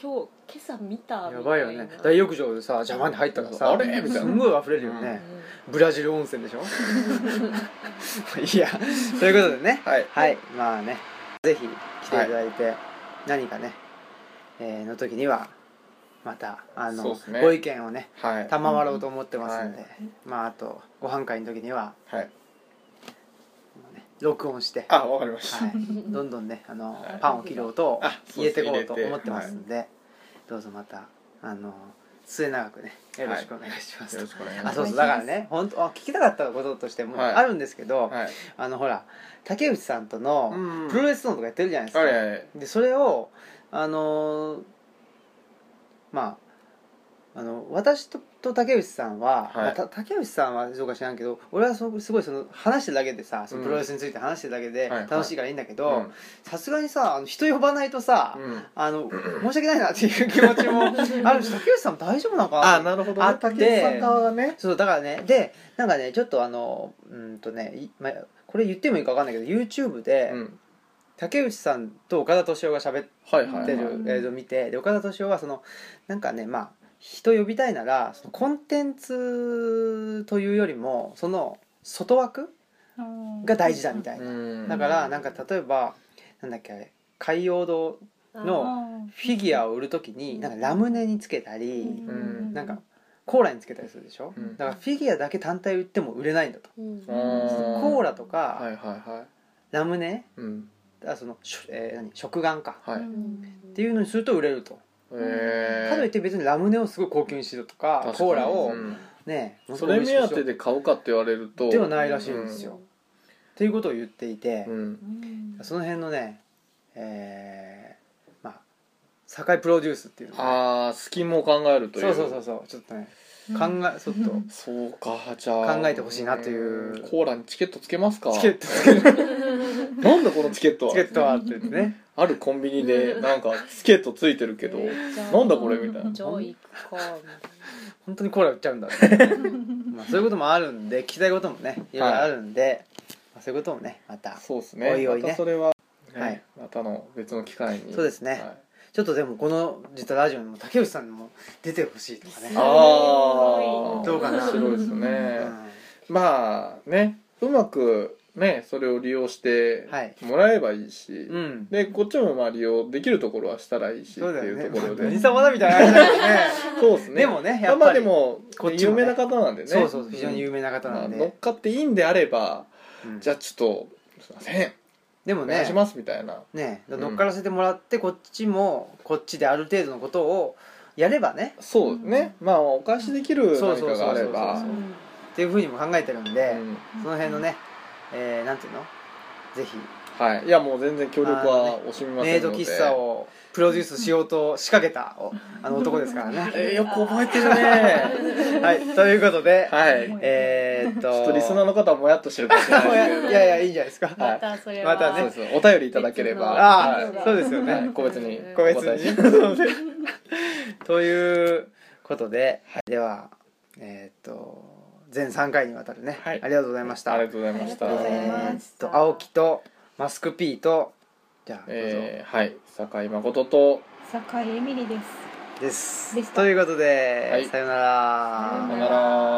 [SPEAKER 3] 今朝見たみたいな
[SPEAKER 1] やばいよね大浴場でさ邪魔に入ったらさ
[SPEAKER 2] あれみたいな
[SPEAKER 1] すんごい溢れるよね、ブラジル温泉でしょ [LAUGHS] いやということでね
[SPEAKER 2] はい
[SPEAKER 1] はいまあねぜひ来ていただいて、何かね、えーの時にはまたあ
[SPEAKER 2] そう
[SPEAKER 1] の、
[SPEAKER 2] っすね
[SPEAKER 1] ご意見をね
[SPEAKER 2] はい
[SPEAKER 1] 賜ろうと思ってますんで、
[SPEAKER 2] は
[SPEAKER 1] まああとご飯会の時には
[SPEAKER 2] はい
[SPEAKER 1] 録音して、
[SPEAKER 2] あわかりました、
[SPEAKER 1] はい、どんどんねあの、
[SPEAKER 2] はい
[SPEAKER 1] パンを切る音を
[SPEAKER 2] あそう
[SPEAKER 1] 入
[SPEAKER 2] で
[SPEAKER 1] れ
[SPEAKER 2] す
[SPEAKER 1] ていこうと
[SPEAKER 2] 入れて
[SPEAKER 1] 思ってますんで、どうぞまたあの末永くねよろしくお願いします、
[SPEAKER 2] よろしくお願いし
[SPEAKER 1] あ
[SPEAKER 2] ます
[SPEAKER 1] そうそうだからね本当あ聞きたかったこととしても
[SPEAKER 2] はい
[SPEAKER 1] あるんですけど、
[SPEAKER 2] はい
[SPEAKER 1] あのほら竹内さんとの
[SPEAKER 2] うん
[SPEAKER 1] プロレスのとかやってるじゃないですか、
[SPEAKER 2] はいはい
[SPEAKER 1] でそれをあのーまああの私とと竹内さんは、
[SPEAKER 2] はい
[SPEAKER 1] まあた竹内さんはどうか知らんけど俺はそすごいその話してるだけでさそのプロレスについて話してるだけで
[SPEAKER 2] はいはい
[SPEAKER 1] 楽しいからいいんだけどさすがにさあの人呼ばないとさ、
[SPEAKER 2] うんうん
[SPEAKER 1] あの申し訳ないなっていう気持ち
[SPEAKER 2] [LAUGHS]
[SPEAKER 1] もあるし竹内さんも大丈夫なのかな
[SPEAKER 2] あなるほど
[SPEAKER 1] あ
[SPEAKER 2] ね
[SPEAKER 1] って
[SPEAKER 2] 竹内さん側がね
[SPEAKER 1] そうだからねでなんかねちょっとあのうんとね、いまあ、これ言ってもいいか分かんないけど YouTube で、
[SPEAKER 2] うん
[SPEAKER 1] 竹内さんと岡田斗司夫が喋っ
[SPEAKER 2] はいはいはい
[SPEAKER 1] てる映像見てで岡田斗司夫はそのなんかねまあ人呼びたいならそのコンテンツというよりもその外枠が大事だみたいな、
[SPEAKER 2] うん
[SPEAKER 1] だからなんか例えばなんだっけあれ海洋堂のフィギュアを売るときになんかラムネにつけたり、
[SPEAKER 2] ん
[SPEAKER 1] なんかコーラにつけたりするでしょ、
[SPEAKER 2] うん
[SPEAKER 1] だからフィギュアだけ単体売っても売れないんだと、
[SPEAKER 3] うん
[SPEAKER 2] うん
[SPEAKER 1] コーラとか、
[SPEAKER 2] はいはいはい
[SPEAKER 1] ラムネ
[SPEAKER 2] うん
[SPEAKER 1] あその、しえー何食玩か
[SPEAKER 2] はい
[SPEAKER 1] っていうのにすると売れると、
[SPEAKER 2] え
[SPEAKER 1] かといって別にラムネをすごい高級にしろとか
[SPEAKER 2] 確かに
[SPEAKER 1] コーラを
[SPEAKER 2] うん
[SPEAKER 1] ね、
[SPEAKER 2] それ目当てで買うかって言われると
[SPEAKER 1] ではないらしいんですよ、っていうことを言っていて
[SPEAKER 2] う、ん
[SPEAKER 1] その辺のねえー、まあ堺プロデュースっていうのね
[SPEAKER 2] ああ隙間を考えるという
[SPEAKER 1] そうそうそうそうちょっとね考えちょっと
[SPEAKER 2] そうかじゃあ
[SPEAKER 1] 考えてほしいなという
[SPEAKER 2] コーラにチケットつけますか
[SPEAKER 1] チケットつける
[SPEAKER 2] なんだこのチケット
[SPEAKER 1] チケ
[SPEAKER 2] は
[SPEAKER 1] ットはって言ってね
[SPEAKER 2] あるコンビニでなんかチケットついてるけどなんだこれみたいな
[SPEAKER 3] じゃあ行くか
[SPEAKER 1] 本当にコーラ売っちゃうんだってね [LAUGHS] まあそういうこともあるんで聞きたいこともねいろいろあるんで、まあ、そういうこともねまた
[SPEAKER 2] そうですね
[SPEAKER 1] おいおいね
[SPEAKER 2] またそれはね
[SPEAKER 1] はい
[SPEAKER 2] またの別の機会に
[SPEAKER 1] そうですね
[SPEAKER 2] はい
[SPEAKER 1] ちょっとでもこの実はラジオにも竹内さんにも出てほしいとかね
[SPEAKER 3] あ
[SPEAKER 2] ああ
[SPEAKER 1] どうかな
[SPEAKER 2] 面白いですねまあねうまくねそれを利用して
[SPEAKER 1] はい
[SPEAKER 2] もらえばいいし
[SPEAKER 1] うん、うん
[SPEAKER 2] でこっちもまあ利用できるところはしたらいいしって
[SPEAKER 1] そうだよ
[SPEAKER 2] い
[SPEAKER 1] ね
[SPEAKER 2] うところ
[SPEAKER 1] 何
[SPEAKER 2] で
[SPEAKER 1] 様だみたいな話だけどね
[SPEAKER 2] [LAUGHS] そうですね
[SPEAKER 1] でもね
[SPEAKER 2] ま
[SPEAKER 1] や
[SPEAKER 2] あ
[SPEAKER 1] っ
[SPEAKER 2] ま
[SPEAKER 1] ぱ
[SPEAKER 2] あ
[SPEAKER 1] り
[SPEAKER 2] でも
[SPEAKER 1] こっち
[SPEAKER 2] 有
[SPEAKER 1] もね
[SPEAKER 2] 名な方なんでね
[SPEAKER 1] そうそうそう非常に有名な方
[SPEAKER 2] ま
[SPEAKER 1] な
[SPEAKER 2] あ
[SPEAKER 1] んで、
[SPEAKER 2] 乗っかっていいんであれば
[SPEAKER 1] うん
[SPEAKER 2] じゃあちょっとすいません
[SPEAKER 1] でも
[SPEAKER 2] お願いし
[SPEAKER 1] ね
[SPEAKER 2] ますみたいな
[SPEAKER 1] ね
[SPEAKER 2] うん
[SPEAKER 1] 乗っからせてもらってこっちもこっちである程度のことをやればね
[SPEAKER 2] そうねまあお返しできる
[SPEAKER 1] そう
[SPEAKER 2] 何
[SPEAKER 1] そうそう
[SPEAKER 2] か
[SPEAKER 1] そう
[SPEAKER 2] があれ
[SPEAKER 1] そ
[SPEAKER 2] ば
[SPEAKER 1] うっていうふうにも考えてるん
[SPEAKER 2] う
[SPEAKER 1] で、
[SPEAKER 2] ん
[SPEAKER 1] その辺のね、えー、なんていうのぜひ
[SPEAKER 2] はいいやもう全然協力は惜しみま
[SPEAKER 1] メ
[SPEAKER 2] せ
[SPEAKER 1] イ
[SPEAKER 2] んの
[SPEAKER 1] ド
[SPEAKER 2] で
[SPEAKER 1] 喫茶をプロデュースしようと仕掛けたおあの男ですからね。
[SPEAKER 2] [LAUGHS] えーよく覚えてるね
[SPEAKER 1] [LAUGHS] はい、ということで、
[SPEAKER 2] はい
[SPEAKER 1] えー、っと
[SPEAKER 2] ちょっとリスナーの方はもやっとしてるかもしれないですけど
[SPEAKER 1] いやいやいいんじゃないですか。
[SPEAKER 3] またそれ
[SPEAKER 1] またね
[SPEAKER 2] そうですお便りいただければ
[SPEAKER 1] あ
[SPEAKER 2] はい
[SPEAKER 1] あそうですよ
[SPEAKER 2] は
[SPEAKER 1] ね
[SPEAKER 2] い。個別に
[SPEAKER 1] 個別
[SPEAKER 2] お答えし
[SPEAKER 1] に
[SPEAKER 2] ます
[SPEAKER 1] [LAUGHS] ということで、ではえー、っと全3回にわたるね、
[SPEAKER 2] はい
[SPEAKER 1] ありがとうございました。
[SPEAKER 2] ありがとうございました
[SPEAKER 3] ありがとうございます
[SPEAKER 1] えーっと青木とマスク P とじゃあどうぞ、
[SPEAKER 2] えーはい酒井誠と
[SPEAKER 4] 酒井エミリです
[SPEAKER 1] です
[SPEAKER 4] でした
[SPEAKER 1] ということで、
[SPEAKER 2] はい
[SPEAKER 1] さよう
[SPEAKER 2] さ
[SPEAKER 1] な
[SPEAKER 2] よ
[SPEAKER 1] ら
[SPEAKER 2] なら